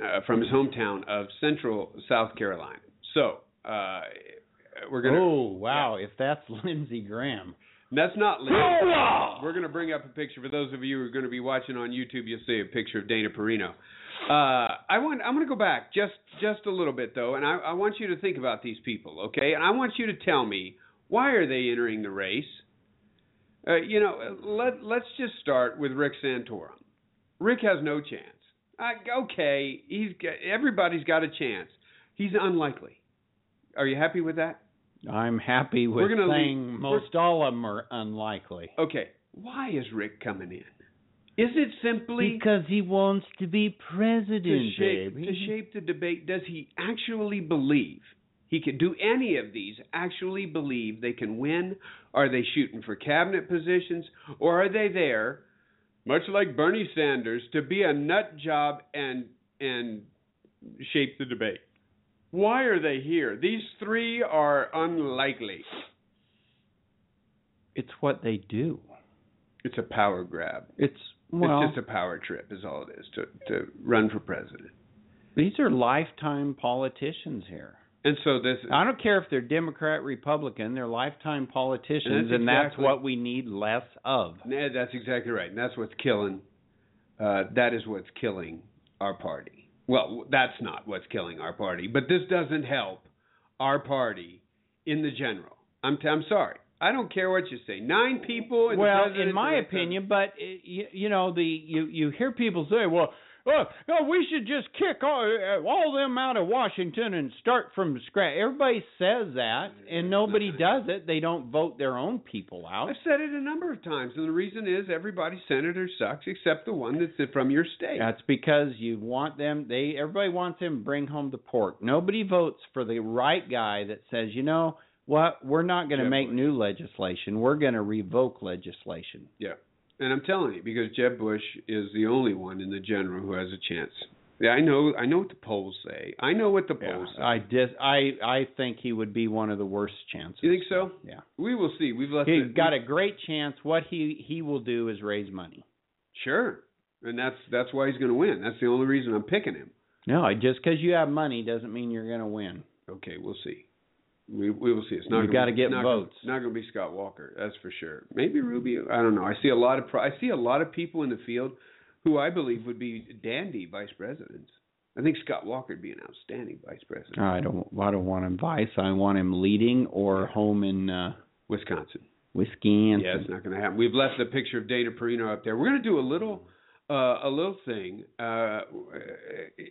[SPEAKER 2] uh, from his hometown of Central South Carolina. So uh, we're going to.
[SPEAKER 4] oh wow! If that's Lindsey Graham,
[SPEAKER 2] That's not Lindsey.
[SPEAKER 4] Hoorah!
[SPEAKER 2] We're going to bring up a picture for those of you who are going to be watching on YouTube. You'll see a picture of Dana Perino. Uh, I want. I'm going to go back just just a little bit though, and I, I want you to think about these people, okay? And I want you to tell me why are they entering the race? Uh, you know, let let's just start with Rick Santorum. Rick has no chance. I, okay, he's got- everybody's got a chance. He's unlikely. Are you happy with that?
[SPEAKER 4] I'm happy with
[SPEAKER 2] We're gonna leave-
[SPEAKER 4] saying most all of them are unlikely
[SPEAKER 2] Okay. Why is Rick coming in? Is it simply
[SPEAKER 4] because he wants to be president,
[SPEAKER 2] to shape,
[SPEAKER 4] baby.
[SPEAKER 2] to shape the debate, does he actually believe he can do any of these actually believe they can win? Are they shooting for cabinet positions? Or are they there, much like Bernie Sanders, to be a nut job and and shape the debate? Why are they here? These three are unlikely.
[SPEAKER 4] It's what they do.
[SPEAKER 2] It's a power grab.
[SPEAKER 4] It's well,
[SPEAKER 2] it's just a power trip is all it is to to run for president.
[SPEAKER 4] these are lifetime politicians here.
[SPEAKER 2] And so this
[SPEAKER 4] I don't care if they're Democrat, Republican, they're lifetime politicians,
[SPEAKER 2] And that's
[SPEAKER 4] and that's
[SPEAKER 2] exactly-
[SPEAKER 4] what we need less of.
[SPEAKER 2] Yeah, that's exactly right. And that's what's killing. Uh, that is what's killing our party. Well, that's not what's killing our party, but this doesn't help our party in the general. I'm t- I'm sorry. I don't care what you say. Nine people. In the
[SPEAKER 4] well, in
[SPEAKER 2] presidential
[SPEAKER 4] my
[SPEAKER 2] election-
[SPEAKER 4] opinion, but uh, you, you know the you you hear people say, well, oh, no, we should just kick all, uh, all them out of Washington and start from scratch. Everybody says that, and nobody does it. They don't vote their own people out.
[SPEAKER 2] I've said it a number of times, and the reason is everybody's senator sucks except the one that's from your state.
[SPEAKER 4] That's because you want them. They everybody wants them to bring home the pork. Nobody votes for the right guy that says, you know what, we're not going to
[SPEAKER 2] Jeb
[SPEAKER 4] make
[SPEAKER 2] Bush.
[SPEAKER 4] new legislation. We're going to revoke legislation.
[SPEAKER 2] And I'm telling you, because Jeb Bush is the only one in the general who has a chance. Yeah, I know. I know what the polls say. I know what the polls say.
[SPEAKER 4] I dis. I I think he would be one of the worst chances.
[SPEAKER 2] You think so?
[SPEAKER 4] Yeah.
[SPEAKER 2] We will see. We've left.
[SPEAKER 4] He's
[SPEAKER 2] it-
[SPEAKER 4] got a great chance. What he he will do is raise money.
[SPEAKER 2] Sure, and that's that's why he's going to win. That's the only reason I'm picking him.
[SPEAKER 4] No, I- just because you have money doesn't mean you're going to win.
[SPEAKER 2] Okay, we'll see. We we will see. It's not.
[SPEAKER 4] You
[SPEAKER 2] gonna
[SPEAKER 4] gotta
[SPEAKER 2] be-
[SPEAKER 4] get
[SPEAKER 2] not gonna-
[SPEAKER 4] votes.
[SPEAKER 2] Not going to be Scott Walker, that's for sure. Maybe Rubio. I don't know. I see a lot of pro- I see a lot of people in the field who I believe would be dandy vice presidents. I think Scott Walker would be an outstanding vice president.
[SPEAKER 4] I don't. I don't want him vice. I want him leading or home in uh,
[SPEAKER 2] Wisconsin.
[SPEAKER 4] Wisconsin.
[SPEAKER 2] Yeah, it's not going to happen. We've left the picture of Dana Perino up there. We're going to do a little, uh, a little thing, uh,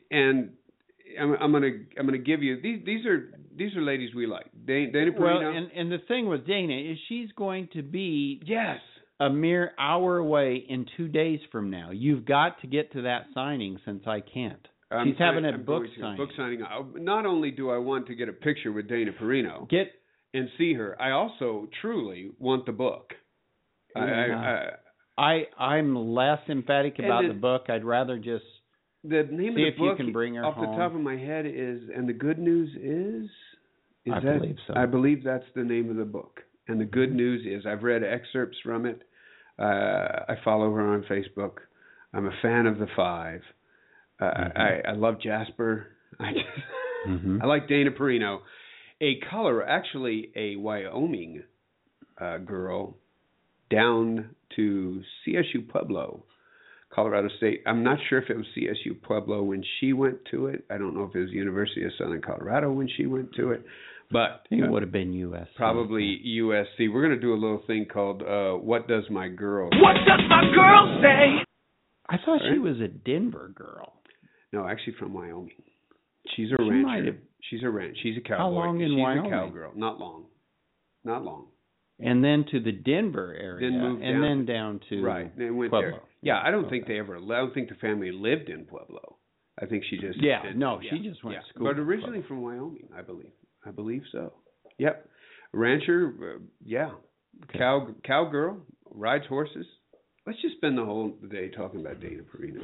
[SPEAKER 2] and I'm, I'm going to I'm going to give you these. These are these are ladies we like. Dana, Dana Perino.
[SPEAKER 4] Well, and and the thing with Dana is she's going to be
[SPEAKER 2] yes,
[SPEAKER 4] a mere hour away in two days from now. You've got to get to that signing since I can't.
[SPEAKER 2] I'm
[SPEAKER 4] She's having a
[SPEAKER 2] I'm
[SPEAKER 4] book
[SPEAKER 2] going to-
[SPEAKER 4] signing.
[SPEAKER 2] Book signing. I- Not only do I want to get a picture with Dana Perino
[SPEAKER 4] Get
[SPEAKER 2] and see her, I also truly want the book. I, I, I,
[SPEAKER 4] Yeah. I I'm less emphatic
[SPEAKER 2] And
[SPEAKER 4] about
[SPEAKER 2] the-
[SPEAKER 4] the book. I'd rather just
[SPEAKER 2] the name
[SPEAKER 4] See
[SPEAKER 2] of the
[SPEAKER 4] if you
[SPEAKER 2] book
[SPEAKER 4] can bring her
[SPEAKER 2] off
[SPEAKER 4] home.
[SPEAKER 2] the top of my head is and the good news is, is
[SPEAKER 4] I
[SPEAKER 2] that-
[SPEAKER 4] believe so.
[SPEAKER 2] i believe that's the name of the book and the good news is i've read excerpts from it uh, i follow her on facebook i'm a fan of the five uh,
[SPEAKER 4] Mm-hmm.
[SPEAKER 2] I, I love jasper i just,
[SPEAKER 4] Mhm.
[SPEAKER 2] i like dana perino a color actually a wyoming uh, girl down to csu pueblo Colorado State. I'm not sure if it was CSU Pueblo when she went to it. I don't know if it was University of Southern Colorado when she went to it, but
[SPEAKER 4] It
[SPEAKER 2] uh,
[SPEAKER 4] would have been U.S.
[SPEAKER 2] probably USC. We're going to do a little thing called uh, "What Does My Girl?"
[SPEAKER 1] What does my girl say?
[SPEAKER 4] I thought she
[SPEAKER 2] Right.
[SPEAKER 4] was a Denver girl.
[SPEAKER 2] No, actually from Wyoming. She's a
[SPEAKER 4] She
[SPEAKER 2] rancher.
[SPEAKER 4] might have-
[SPEAKER 2] She's a ranch. She's a cowboy.
[SPEAKER 4] long in
[SPEAKER 2] She's
[SPEAKER 4] Wyoming?
[SPEAKER 2] a cowgirl. Not long. Not long.
[SPEAKER 4] And then to the Denver area,
[SPEAKER 2] Then moved
[SPEAKER 4] and
[SPEAKER 2] down
[SPEAKER 4] then down to
[SPEAKER 2] right. They went
[SPEAKER 4] Pueblo.
[SPEAKER 2] there. Yeah, I don't think they ever. I don't think the family lived in Pueblo. I think she just.
[SPEAKER 4] Yeah,
[SPEAKER 2] did-
[SPEAKER 4] no, she just went to school in
[SPEAKER 2] But originally from Wyoming, I believe. I believe so. Yep, rancher. Uh, yeah, cow cowgirl rides horses. Let's just spend the whole day talking about Dana Perino.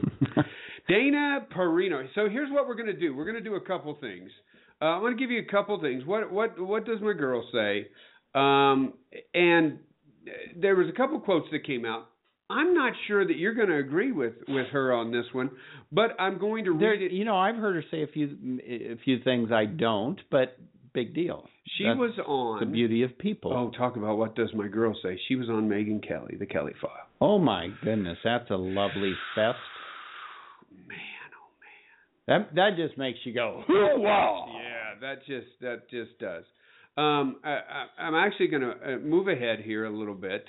[SPEAKER 2] Dana Perino. So here's what we're going to do. We're going to do a couple things. Uh, I'm going to give you a couple things. What what what does my girl say? Um, and there was a couple quotes that came out. I'm not sure that you're going to agree with with her on this one, but I'm going to read
[SPEAKER 4] There,
[SPEAKER 2] it.
[SPEAKER 4] you know, I've heard her say a few a few things I don't, but big deal.
[SPEAKER 2] She
[SPEAKER 4] that's
[SPEAKER 2] was on.
[SPEAKER 4] The beauty of people.
[SPEAKER 2] Oh, talk about what does my girl say? She was on Megan Kelly, the Kelly File.
[SPEAKER 4] Oh my goodness, that's a lovely fest.
[SPEAKER 2] Man, oh
[SPEAKER 4] That that just makes you go,
[SPEAKER 2] wow. Yeah, that just that just does. Um, I, I, I'm actually going to uh, move ahead here a little bit,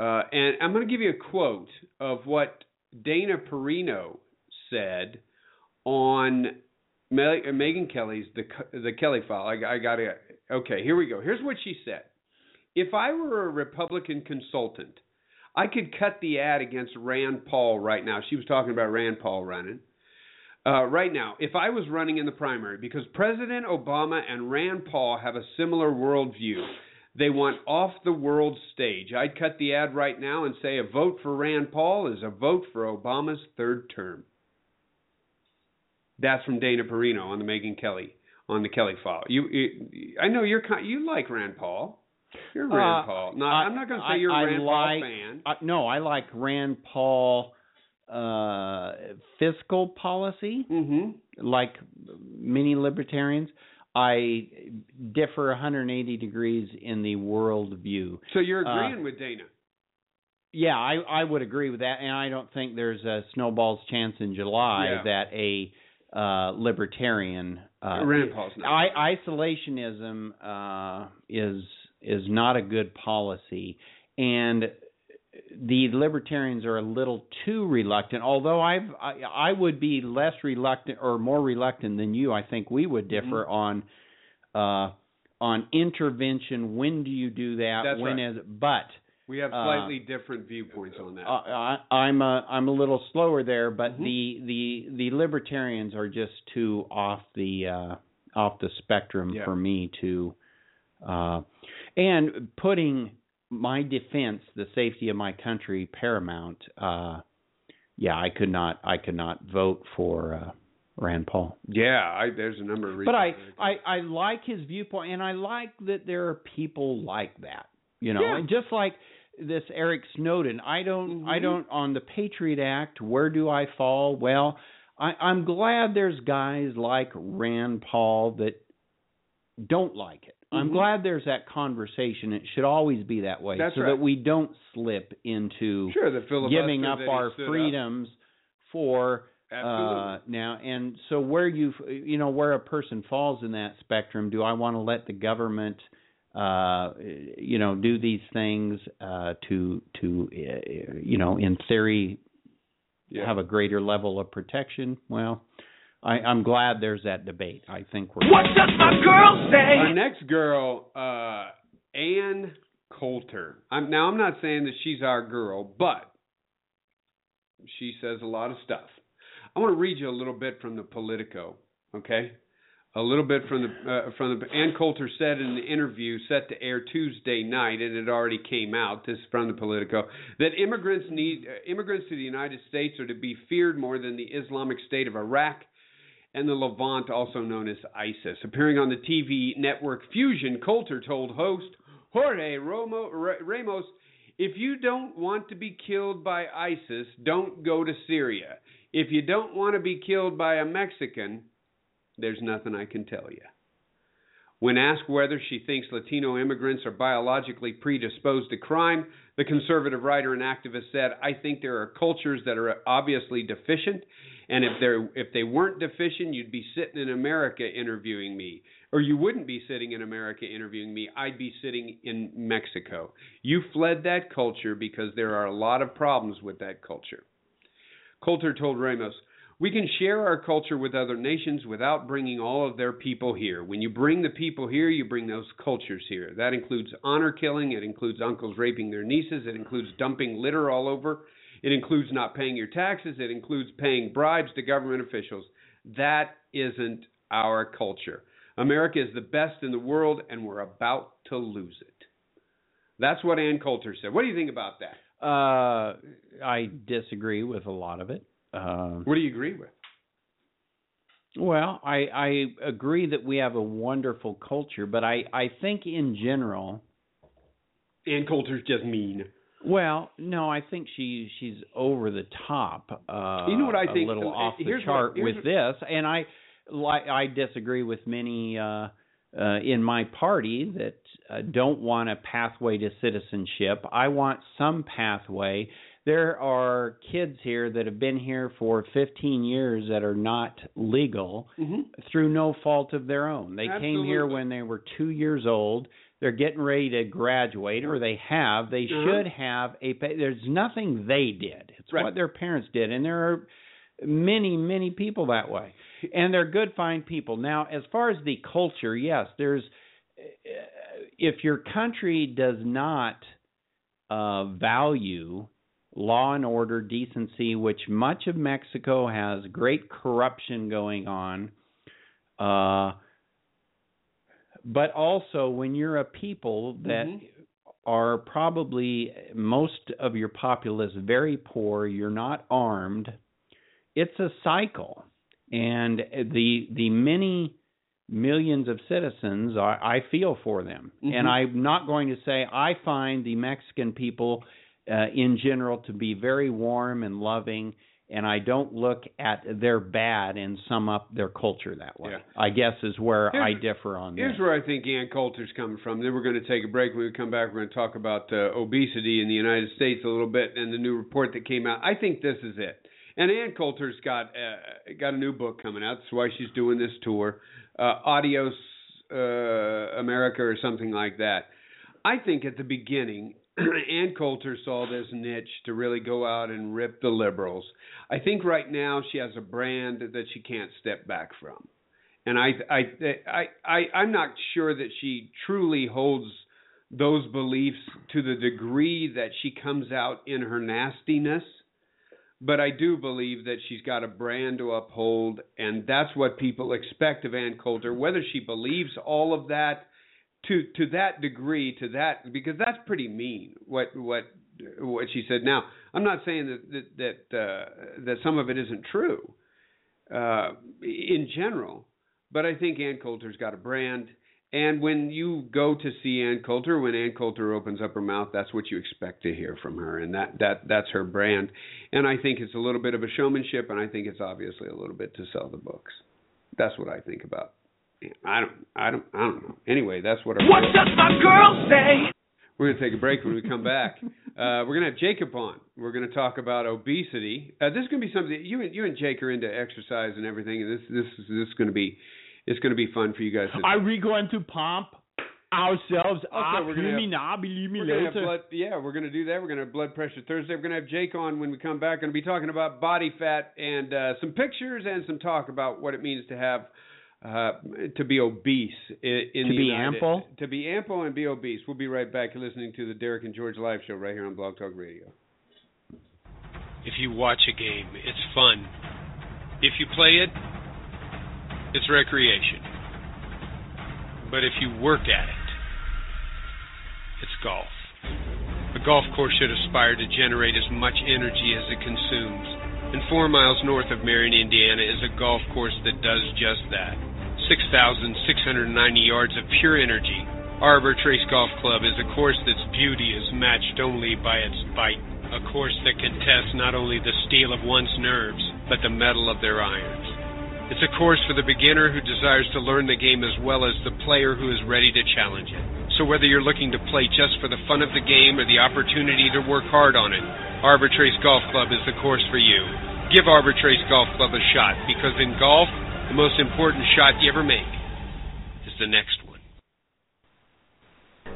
[SPEAKER 2] uh, and I'm going to give you a quote of what Dana Perino said on Me- uh, Megan Kelly's the Ke- the Kelly File. I, I got to okay. Here we go. Here's what she said: If I were a Republican consultant, I could cut the ad against Rand Paul right now. She was talking about Rand Paul running uh, right now, if I was running in the primary, because President Obama and Rand Paul have a similar worldview, they want off the world stage. I'd cut the ad right now and say a vote for Rand Paul is a vote for Obama's third term. That's from Dana Perino on the Megan Kelly on the Kelly file. You, you I know you're kind, you like Rand Paul. You're a Rand
[SPEAKER 4] Uh,
[SPEAKER 2] Paul. No,
[SPEAKER 4] I-
[SPEAKER 2] I'm not going to
[SPEAKER 4] I-
[SPEAKER 2] say you're a
[SPEAKER 4] I
[SPEAKER 2] Rand
[SPEAKER 4] like-
[SPEAKER 2] Paul fan.
[SPEAKER 4] Uh, no, I like Rand Paul uh, fiscal policy,
[SPEAKER 2] mm-hmm.
[SPEAKER 4] like many libertarians. I differ 180 degrees in the worldview.
[SPEAKER 2] So you're
[SPEAKER 4] Uh,
[SPEAKER 2] agreeing with Dana.
[SPEAKER 4] Yeah, I, I would agree with that, and I don't think there's a snowball's chance in July
[SPEAKER 2] Yeah.
[SPEAKER 4] that a uh, libertarian. Uh,
[SPEAKER 2] Rand Paul's not.
[SPEAKER 4] I, isolationism uh, is is not a good policy, and the libertarians are a little too reluctant. Although I've I, I would be less reluctant or more reluctant than you. I think we would differ
[SPEAKER 2] Mm-hmm.
[SPEAKER 4] on uh, on intervention. When do you do that?
[SPEAKER 2] That's
[SPEAKER 4] when
[SPEAKER 2] right.
[SPEAKER 4] is but
[SPEAKER 2] we have
[SPEAKER 4] uh,
[SPEAKER 2] slightly different viewpoints on that.
[SPEAKER 4] I, Uh, I, I'm a I'm a little slower there, but
[SPEAKER 2] Mhm.
[SPEAKER 4] the the the libertarians are just too off the uh, off the spectrum
[SPEAKER 2] Yeah.
[SPEAKER 4] for me to, uh, and putting my defense, the safety of my country paramount. Uh, yeah, I could not I could not vote for uh, Rand Paul.
[SPEAKER 2] Yeah, I, there's a number of
[SPEAKER 4] But
[SPEAKER 2] reasons.
[SPEAKER 4] I,
[SPEAKER 2] I,
[SPEAKER 4] I I like his viewpoint, and I like that there are people like that. You know,
[SPEAKER 2] Yeah.
[SPEAKER 4] and just like this Eric Snowden. I don't I
[SPEAKER 2] Mhm.
[SPEAKER 4] don't on the Patriot Act. Where do I fall? Well, I, I'm glad there's guys like Rand Paul that don't like it. I'm
[SPEAKER 2] Mhm.
[SPEAKER 4] glad there's that conversation. It should always be that way,
[SPEAKER 2] That's
[SPEAKER 4] so
[SPEAKER 2] right.
[SPEAKER 4] that we don't slip into
[SPEAKER 2] sure the filibuster
[SPEAKER 4] giving up
[SPEAKER 2] that he
[SPEAKER 4] our
[SPEAKER 2] stood up.
[SPEAKER 4] freedoms for
[SPEAKER 2] Absolutely.
[SPEAKER 4] uh, now and so where you you know where a person falls in that spectrum do i want to let the government uh you know do these things uh to to uh, you know in theory
[SPEAKER 2] yeah.
[SPEAKER 4] have a greater level of protection well i i'm glad there's that debate i think we're
[SPEAKER 1] What does my girl
[SPEAKER 2] our
[SPEAKER 1] say?
[SPEAKER 2] next girl, uh, Ann Coulter. I'm, now I'm not saying that she's our girl, but she says a lot of stuff. I want to read you a little bit from the Politico, okay? A little bit from the uh, from the Ann Coulter said in the interview set to air Tuesday night, and it already came out. This is from the Politico that immigrants need uh, immigrants to the United States are to be feared more than the Islamic State of Iraq and the Levant, also known as ISIS. Appearing on the TV network Fusion, Coulter told host Jorge Romo, Ra- Ramos, if you don't want to be killed by ISIS, don't go to Syria. If you don't want to be killed by a Mexican, there's nothing I can tell you. When asked whether she thinks Latino immigrants are biologically predisposed to crime, the conservative writer and activist said, "I think there are cultures that are obviously deficient, and if they if they weren't deficient, you'd be sitting in America interviewing me, or you wouldn't be sitting in America interviewing me. I'd be sitting in Mexico. You fled that culture because there are a lot of problems with that culture." Coulter told Ramos, we can share our culture with other nations without bringing all of their people here. When you bring the people here, you bring those cultures here. That includes honor killing, it includes uncles raping their nieces, it includes dumping litter all over, it includes not paying your taxes, it includes paying bribes to government officials. That isn't our culture. America is the best in the world, and we're about to lose it. That's what Ann Coulter said. What do you think about that?
[SPEAKER 4] uh i disagree with a lot of it uh,
[SPEAKER 2] What do you agree with?
[SPEAKER 4] Well, I I agree that we have a wonderful culture, but I I think in general,
[SPEAKER 2] And culture's just mean.
[SPEAKER 4] well, no, I think she she's over the top. Uh,
[SPEAKER 2] You know what I
[SPEAKER 4] A
[SPEAKER 2] think?
[SPEAKER 4] little
[SPEAKER 2] Uh,
[SPEAKER 4] off the
[SPEAKER 2] here's what-
[SPEAKER 4] chart with
[SPEAKER 2] here's what-
[SPEAKER 4] this, and I like I disagree with many uh, uh, in my party that uh, don't want a pathway to citizenship. I want some pathway. There are kids here that have been here for 15 years that are not legal
[SPEAKER 2] Mm-hmm.
[SPEAKER 4] through no fault of their own. They came here
[SPEAKER 2] Absolutely.
[SPEAKER 4] when they were two years old. They're getting ready to graduate, or they have. They
[SPEAKER 2] Uh-huh.
[SPEAKER 4] should have a. pa There's nothing they did. It's
[SPEAKER 2] Right.
[SPEAKER 4] what their parents did, and there are many, many people that way, and they're good, fine people. Now, as far as the culture, yes, there's. uh, If your country does not uh, value law and order, decency, which much of Mexico has great corruption going on. Uh, but also, when you're a people that
[SPEAKER 2] Mhm.
[SPEAKER 4] are probably most of your populace very poor, you're not armed. It's a cycle, and the the many millions of citizens, I, I feel for them,
[SPEAKER 5] Mm-hmm.
[SPEAKER 2] Mhm.
[SPEAKER 4] and I'm not going to say I find the Mexican people uh, in general to be very warm and loving. And I don't look at their bad and sum up their culture that way.
[SPEAKER 2] Yeah.
[SPEAKER 4] I guess is where I
[SPEAKER 2] Here's-
[SPEAKER 4] differ on this.
[SPEAKER 2] Here's where I think Ann Coulter's coming from. Then we're going to take a break. When we come back, we're going to talk about uh, obesity in the United States a little bit and the new report that came out. I think this is it. And Ann Coulter's got uh, got a new book coming out. That's why she's doing this tour, uh, Adios uh, America or something like that. I think at the beginning, Ann Coulter saw this niche to really go out and rip the liberals. I think right now she has a brand that she can't step back from and I, I, I, I, I'm not sure that she truly holds those beliefs to the degree that she comes out in her nastiness. But I do believe that she's got a brand to uphold, and that's what people expect of Ann Coulter. Whether she believes all of that to to that degree, to that because that's pretty mean. What what what she said. Now, I'm not saying that that that, uh, that some of it isn't true uh, in general, but I think Ann Coulter's got a brand. And when you go to see Ann Coulter, when Ann Coulter opens up her mouth, that's what you expect to hear from her, and that that that's her brand. And I think it's a little bit of a showmanship, and I think it's obviously a little bit to sell the books. That's what I think about. I don't, I don't, I don't know. Anyway, that's what. I
[SPEAKER 1] What does my girl say?
[SPEAKER 2] We're going to take a break when we come back. Uh, we're going to have Jacob on. We're going to talk about obesity. Uh, this is going to be something you and you and Jake are into exercise and everything. And this this is this is going to be it's going to be fun for you guys. To,
[SPEAKER 5] Are we going to pump ourselves up?
[SPEAKER 2] we're
[SPEAKER 5] you
[SPEAKER 2] gonna have-
[SPEAKER 5] mean now? Believe me
[SPEAKER 2] we're going to have
[SPEAKER 5] later.
[SPEAKER 2] blood. Yeah, we're going to do that. We're going to have blood pressure Thursday. We're going to have Jake on when we come back. Going to be talking about body fat and uh, some pictures and some talk about what it means to have. Uh, to be obese i- in
[SPEAKER 4] To
[SPEAKER 2] the
[SPEAKER 4] be
[SPEAKER 2] United-
[SPEAKER 4] ample?
[SPEAKER 2] to be ample and be obese. We'll be right back. You're listening to the Derek and George live show right here on Blog Talk Radio.
[SPEAKER 6] If you watch a game, it's fun. If you play it, it's recreation. But if you work at it, it's golf. A golf course should aspire to generate as much energy as it consumes. And four miles north of Marion, Indiana, is a golf course that does just that. 6,690 yards of pure energy. Arbor Trace Golf Club is a course that's beauty is matched only by its bite. A course that can test not only the steel of one's nerves, but the metal of their irons. It's a course for the beginner who desires to learn the game as well as the player who is ready to challenge it. So whether you're looking to play just for the fun of the game or the opportunity to work hard on it, Arbor Trace Golf Club is the course for you. Give Arbor Trace Golf Club a shot because in golf, the most important shot you ever make is the next one.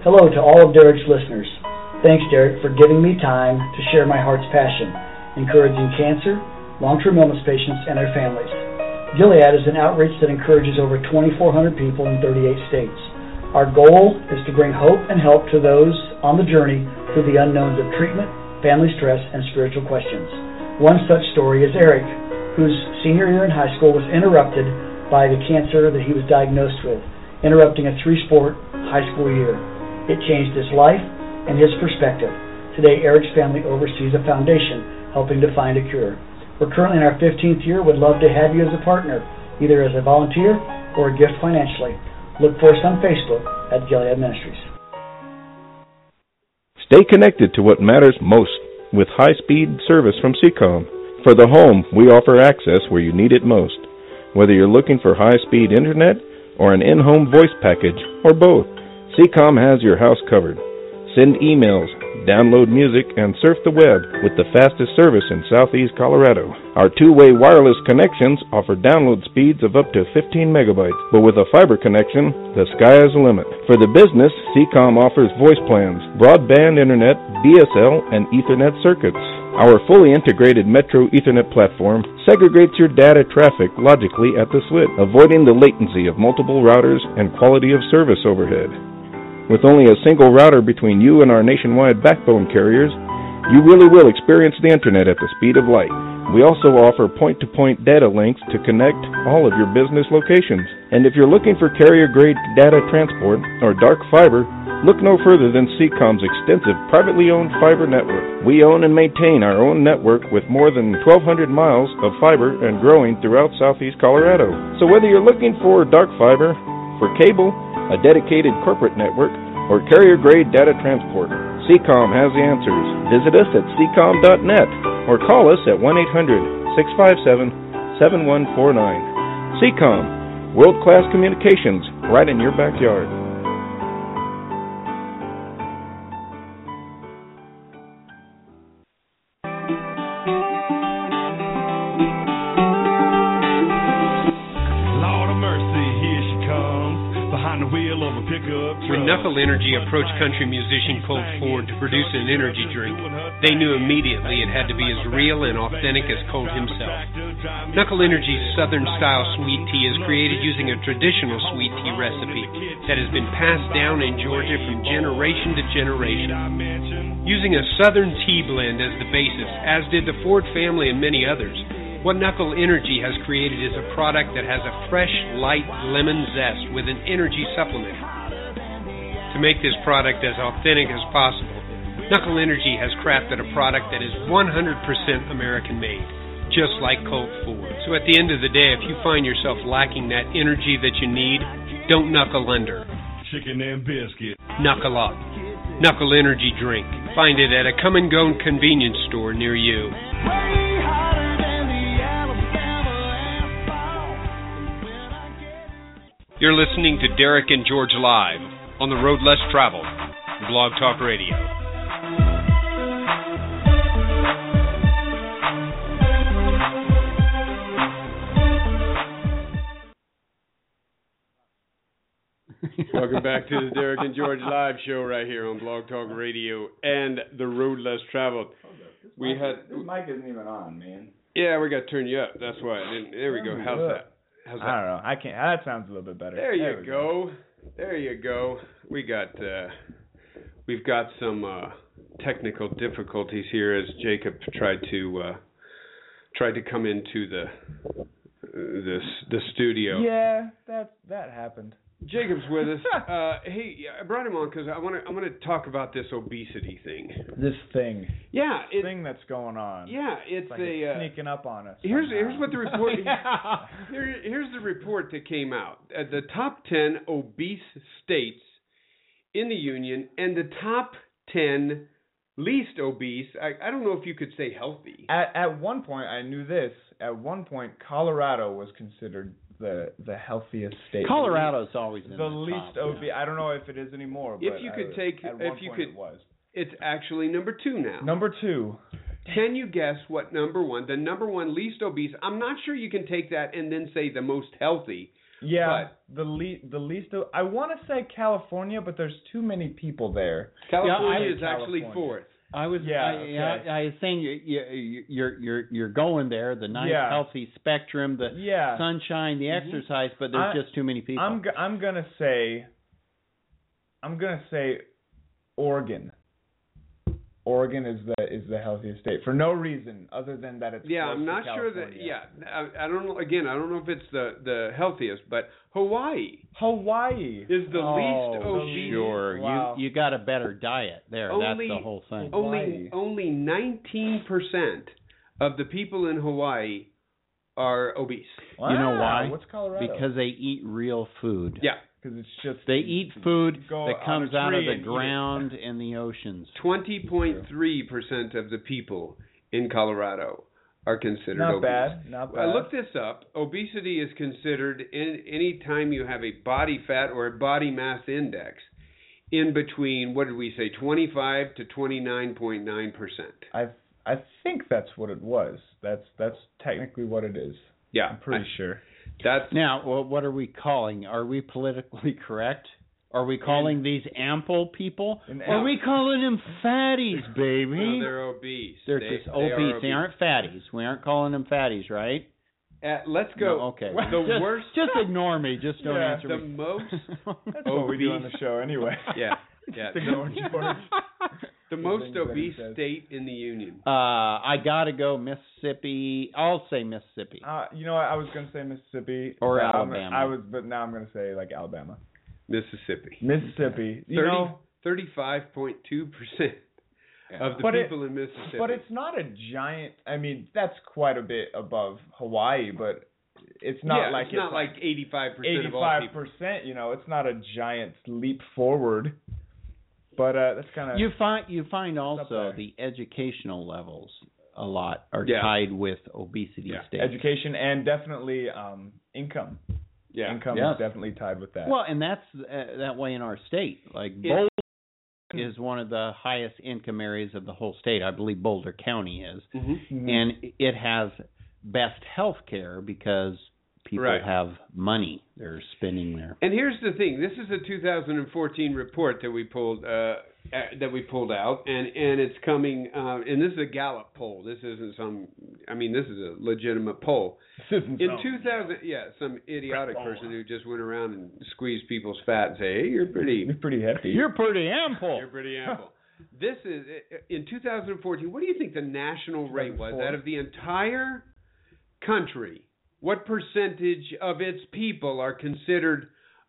[SPEAKER 7] Hello to all of Derek's listeners. Thanks, Derek, for giving me time to share my heart's passion, encouraging cancer, long term illness patients, and their families. Gilead is an outreach that encourages over 2,400 people in 38 states. Our goal is to bring hope and help to those on the journey through the unknowns of treatment, family stress, and spiritual questions. One such story is Eric, whose senior year in high school was interrupted by the cancer that he was diagnosed with, interrupting a three sport high school year. It changed his life and his perspective. Today, Eric's family oversees a foundation helping to find a cure. We're currently in our 15th year. Would love to have you as a partner. either as a volunteer or a gift financially. Look for us on Facebook at Gilead Ministries.
[SPEAKER 8] Stay connected to what matters most with high speed service from Seacom. For the home, we offer access where you need it most. Whether you're looking for high speed internet or an in home voice package or both, Seacom has your house covered. Send emails, download music, and surf the web with the fastest service in southeast Colorado. Our two way wireless connections offer download speeds of up to 15 megabytes, but with a fiber connection, the sky is the limit. For the business, CCOM offers voice plans, broadband internet, DSL, and Ethernet circuits. Our fully integrated Metro Ethernet platform segregates your data traffic logically at the switch, avoiding the latency of multiple routers and quality of service overhead. With only a single router between you and our nationwide backbone carriers, you really will experience the internet at the speed of light. We also offer point to point data links to connect all of your business locations. And if you're looking for carrier grade data transport or dark fiber, look no further than CCOM's extensive privately owned fiber network. We own and maintain our own network with more than 1,200 miles of fiber and growing throughout southeast Colorado. So whether you're looking for dark fiber, for cable, a dedicated corporate network, or carrier grade data transport. CCOM has the answers. Visit us at ccom.net or call us at 1 800 657 7149. CCOM, world class communications right in your backyard.
[SPEAKER 6] When Knuckle Energy approached country musician Colt Ford to produce an energy drink, they knew immediately it had to be as real and authentic as Colt himself. Knuckle Energy's southern style sweet tea is created using a traditional sweet tea recipe that has been passed down in Georgia from generation to generation. Using a southern tea blend as the basis, as did the Ford family and many others, what Knuckle Energy has created is a product that has a fresh, light lemon zest with an energy supplement. To make this product as authentic as possible, Knuckle Energy has crafted a product that is 100% American made, just like Colt Ford. So at the end of the day, if you find yourself lacking that energy that you need, don't knuckle under.
[SPEAKER 9] Chicken and biscuit.
[SPEAKER 6] Knuckle up. Knuckle Energy drink. Find it at a come and go convenience store near you. You're listening to Derek and George Live on the road less traveled, Blog Talk Radio.
[SPEAKER 2] Welcome back to the Derek and George Live Show right here on Blog Talk Radio and the Road Less Traveled. We had
[SPEAKER 10] this mic isn't even on, man.
[SPEAKER 2] Yeah, we got to turn you up. That's why. I didn't, there we go. How's that? How's that?
[SPEAKER 10] I don't know. I can't. That sounds a little bit better.
[SPEAKER 2] There you go. There you go. We got uh, we've got some uh, technical difficulties here as Jacob tried to uh, tried to come into the this the studio.
[SPEAKER 10] Yeah, that that happened.
[SPEAKER 2] Jacob's with us. uh, hey, I brought him on because I want to I want to talk about this obesity thing.
[SPEAKER 10] This thing.
[SPEAKER 2] Yeah,
[SPEAKER 10] this it, thing that's going on.
[SPEAKER 2] Yeah, it's,
[SPEAKER 10] it's like
[SPEAKER 2] a uh,
[SPEAKER 10] it's sneaking up on us.
[SPEAKER 2] Here's
[SPEAKER 10] somehow.
[SPEAKER 2] here's what the report. yeah. here, here's the report that came out. Uh, the top ten obese states in the union and the top ten least obese. I, I don't know if you could say healthy.
[SPEAKER 10] At at one point, I knew this. At one point, Colorado was considered the the healthiest state.
[SPEAKER 4] Colorado's always the,
[SPEAKER 10] the least
[SPEAKER 4] top,
[SPEAKER 10] obese. Yeah. I don't know if it is anymore.
[SPEAKER 2] If you could
[SPEAKER 10] I,
[SPEAKER 2] take,
[SPEAKER 10] at
[SPEAKER 2] if
[SPEAKER 10] one
[SPEAKER 2] you
[SPEAKER 10] point
[SPEAKER 2] could,
[SPEAKER 10] it was
[SPEAKER 2] it's actually number two now.
[SPEAKER 10] number two.
[SPEAKER 2] Can you guess what number one? The number one least obese. I'm not sure you can take that and then say the most healthy.
[SPEAKER 10] Yeah, the le- the least. o- I want to say California, but there's too many people there.
[SPEAKER 2] California
[SPEAKER 10] I-
[SPEAKER 2] is actually
[SPEAKER 10] California.
[SPEAKER 2] fourth.
[SPEAKER 4] I was
[SPEAKER 10] Yeah,
[SPEAKER 4] I,
[SPEAKER 10] okay.
[SPEAKER 4] I, I was saying you, you, you're you're you're going there the nice
[SPEAKER 10] Yeah.
[SPEAKER 4] healthy spectrum the
[SPEAKER 10] Yeah, Mm-hmm.
[SPEAKER 4] sunshine the exercise but there's
[SPEAKER 10] I-
[SPEAKER 4] just too many people.
[SPEAKER 10] I'm go- I'm gonna say. I'm gonna say, Oregon. Oregon is the is the healthiest state for no reason other than that it's
[SPEAKER 2] Yeah,
[SPEAKER 10] close
[SPEAKER 2] I'm
[SPEAKER 10] to
[SPEAKER 2] not sure that.
[SPEAKER 10] California.
[SPEAKER 2] Yeah, I, I don't know. Again, I don't know if it's the the healthiest, but Hawaii
[SPEAKER 10] Hawaii.
[SPEAKER 2] is the least
[SPEAKER 10] Oh,
[SPEAKER 2] obese.
[SPEAKER 4] sure
[SPEAKER 10] Wow.
[SPEAKER 4] you you got a better diet there.
[SPEAKER 2] Only-
[SPEAKER 4] That's the whole thing.
[SPEAKER 10] Hawaii.
[SPEAKER 2] Only only 19 percent of the people in Hawaii are obese.
[SPEAKER 10] Wow.
[SPEAKER 4] You know why?
[SPEAKER 10] What's Colorado?
[SPEAKER 4] Because they eat real food.
[SPEAKER 2] Yeah.
[SPEAKER 10] Because it's just
[SPEAKER 4] They eat food
[SPEAKER 10] Go
[SPEAKER 4] that
[SPEAKER 10] on
[SPEAKER 4] comes
[SPEAKER 10] a
[SPEAKER 4] out of
[SPEAKER 10] tree and
[SPEAKER 4] the
[SPEAKER 10] eat it.
[SPEAKER 4] ground and the oceans.
[SPEAKER 2] 20.3% of the people in Colorado are considered
[SPEAKER 10] not
[SPEAKER 2] obese.
[SPEAKER 10] bad, not bad.
[SPEAKER 2] I looked this up. Obesity is considered in any time you have a body fat or a body mass index in between what did we say 25 to 29.9 percent.
[SPEAKER 10] I I think that's what it was. That's that's technically what it is.
[SPEAKER 2] Yeah,
[SPEAKER 10] I'm pretty sure.
[SPEAKER 2] that's
[SPEAKER 4] Now, wh- what are we calling? Are we politically correct? Are we calling these ample people?
[SPEAKER 10] An
[SPEAKER 4] Are
[SPEAKER 10] amp-
[SPEAKER 4] we calling them fatties, baby?
[SPEAKER 2] no, they're obese.
[SPEAKER 4] They're
[SPEAKER 2] They-
[SPEAKER 4] just
[SPEAKER 2] they
[SPEAKER 4] obese.
[SPEAKER 2] are
[SPEAKER 4] They aren't fatties. We aren't calling them fatties, right?
[SPEAKER 2] Uh, let's go.
[SPEAKER 4] No, okay.
[SPEAKER 2] The
[SPEAKER 4] just,
[SPEAKER 2] worst.
[SPEAKER 4] Just ignore me. Just don't
[SPEAKER 10] Yeah,
[SPEAKER 4] answer
[SPEAKER 2] the
[SPEAKER 4] me.
[SPEAKER 2] most.
[SPEAKER 10] That's what we do on the
[SPEAKER 2] Obese.
[SPEAKER 10] show anyway.
[SPEAKER 2] Yeah. Yeah.
[SPEAKER 10] Just ignore George.
[SPEAKER 2] The
[SPEAKER 10] things
[SPEAKER 2] most
[SPEAKER 10] that he
[SPEAKER 2] obese
[SPEAKER 10] says.
[SPEAKER 2] state in the union.
[SPEAKER 4] Uh, I gotta go Mississippi. I'll say Mississippi.
[SPEAKER 10] Uh, you know, what? I was gonna say Mississippi
[SPEAKER 4] Or
[SPEAKER 10] but I'm-
[SPEAKER 4] Alabama.
[SPEAKER 10] I was, but now I'm gonna say like Alabama,
[SPEAKER 2] Mississippi.
[SPEAKER 10] Mississippi. You know,
[SPEAKER 2] 35.2% of the
[SPEAKER 10] But it-
[SPEAKER 2] people in Mississippi.
[SPEAKER 10] but it's not a giant. I mean, that's quite a bit above Hawaii, but it's not
[SPEAKER 2] yeah,
[SPEAKER 10] like
[SPEAKER 2] it's not like 85% of all
[SPEAKER 10] eighty-five
[SPEAKER 2] people.
[SPEAKER 10] percent. You know, it's not a giant leap forward. But uh, that's kind of
[SPEAKER 4] You find you find also
[SPEAKER 10] there.
[SPEAKER 4] the educational levels a lot are
[SPEAKER 2] Yeah.
[SPEAKER 4] tied with obesity
[SPEAKER 2] Yeah.
[SPEAKER 4] states.
[SPEAKER 10] education and definitely um, income.
[SPEAKER 2] Yeah.
[SPEAKER 10] Income
[SPEAKER 4] Yeah.
[SPEAKER 10] is definitely tied with that.
[SPEAKER 4] Well, and that's uh, that way in our state. Like Boulder is one of the highest income areas of the whole state. I believe Boulder County is,
[SPEAKER 2] Mhm.
[SPEAKER 10] Mm-hmm.
[SPEAKER 4] and it has best health care because people
[SPEAKER 2] Right.
[SPEAKER 4] have money they're spending there.
[SPEAKER 2] And here's the thing. This is a 2014 report that we pulled uh, uh, that we pulled out, and and it's coming. Uh, and this is a Gallup poll. This isn't some. I mean, this is a legitimate poll.
[SPEAKER 10] Citizens
[SPEAKER 2] In
[SPEAKER 10] own.
[SPEAKER 2] 2000, yeah, some idiotic person who just went around and squeezed people's fat and say, "Hey, you're pretty,
[SPEAKER 10] You're pretty hefty.
[SPEAKER 4] You're pretty ample.
[SPEAKER 2] you're pretty ample." this is in 2014. What do you think the national rate was
[SPEAKER 10] 2004.
[SPEAKER 2] out of the entire country? What percentage of its people are considered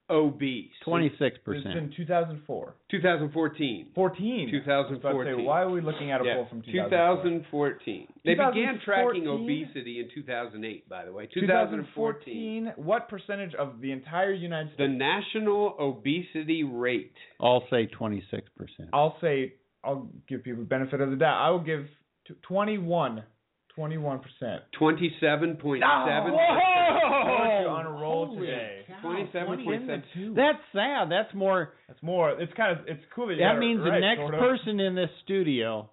[SPEAKER 2] obese?
[SPEAKER 4] Twenty six
[SPEAKER 10] It's
[SPEAKER 4] percent.
[SPEAKER 10] in 2004.
[SPEAKER 2] 2014.
[SPEAKER 10] 14. I was about to say,
[SPEAKER 2] 2014.
[SPEAKER 10] why are we looking at a
[SPEAKER 2] Yeah,
[SPEAKER 10] poll from 2004?
[SPEAKER 2] 2014. They began tracking
[SPEAKER 10] 2014?
[SPEAKER 2] obesity in 2008, by the way. 2014.
[SPEAKER 10] 2014. What percentage of the entire United
[SPEAKER 2] The
[SPEAKER 10] States?
[SPEAKER 2] national obesity rate.
[SPEAKER 4] I'll say twenty six percent.
[SPEAKER 10] I'll say, I'll give people the benefit of the doubt. I will give t- 21. 21 percent.
[SPEAKER 2] 27.7.
[SPEAKER 10] on a roll today.
[SPEAKER 2] 27.7.
[SPEAKER 4] That's sad. That's more.
[SPEAKER 10] That's more. It's kind of. It's cool that you got
[SPEAKER 4] That
[SPEAKER 10] it
[SPEAKER 4] means the
[SPEAKER 10] right,
[SPEAKER 4] next
[SPEAKER 10] sort of.
[SPEAKER 4] person in this studio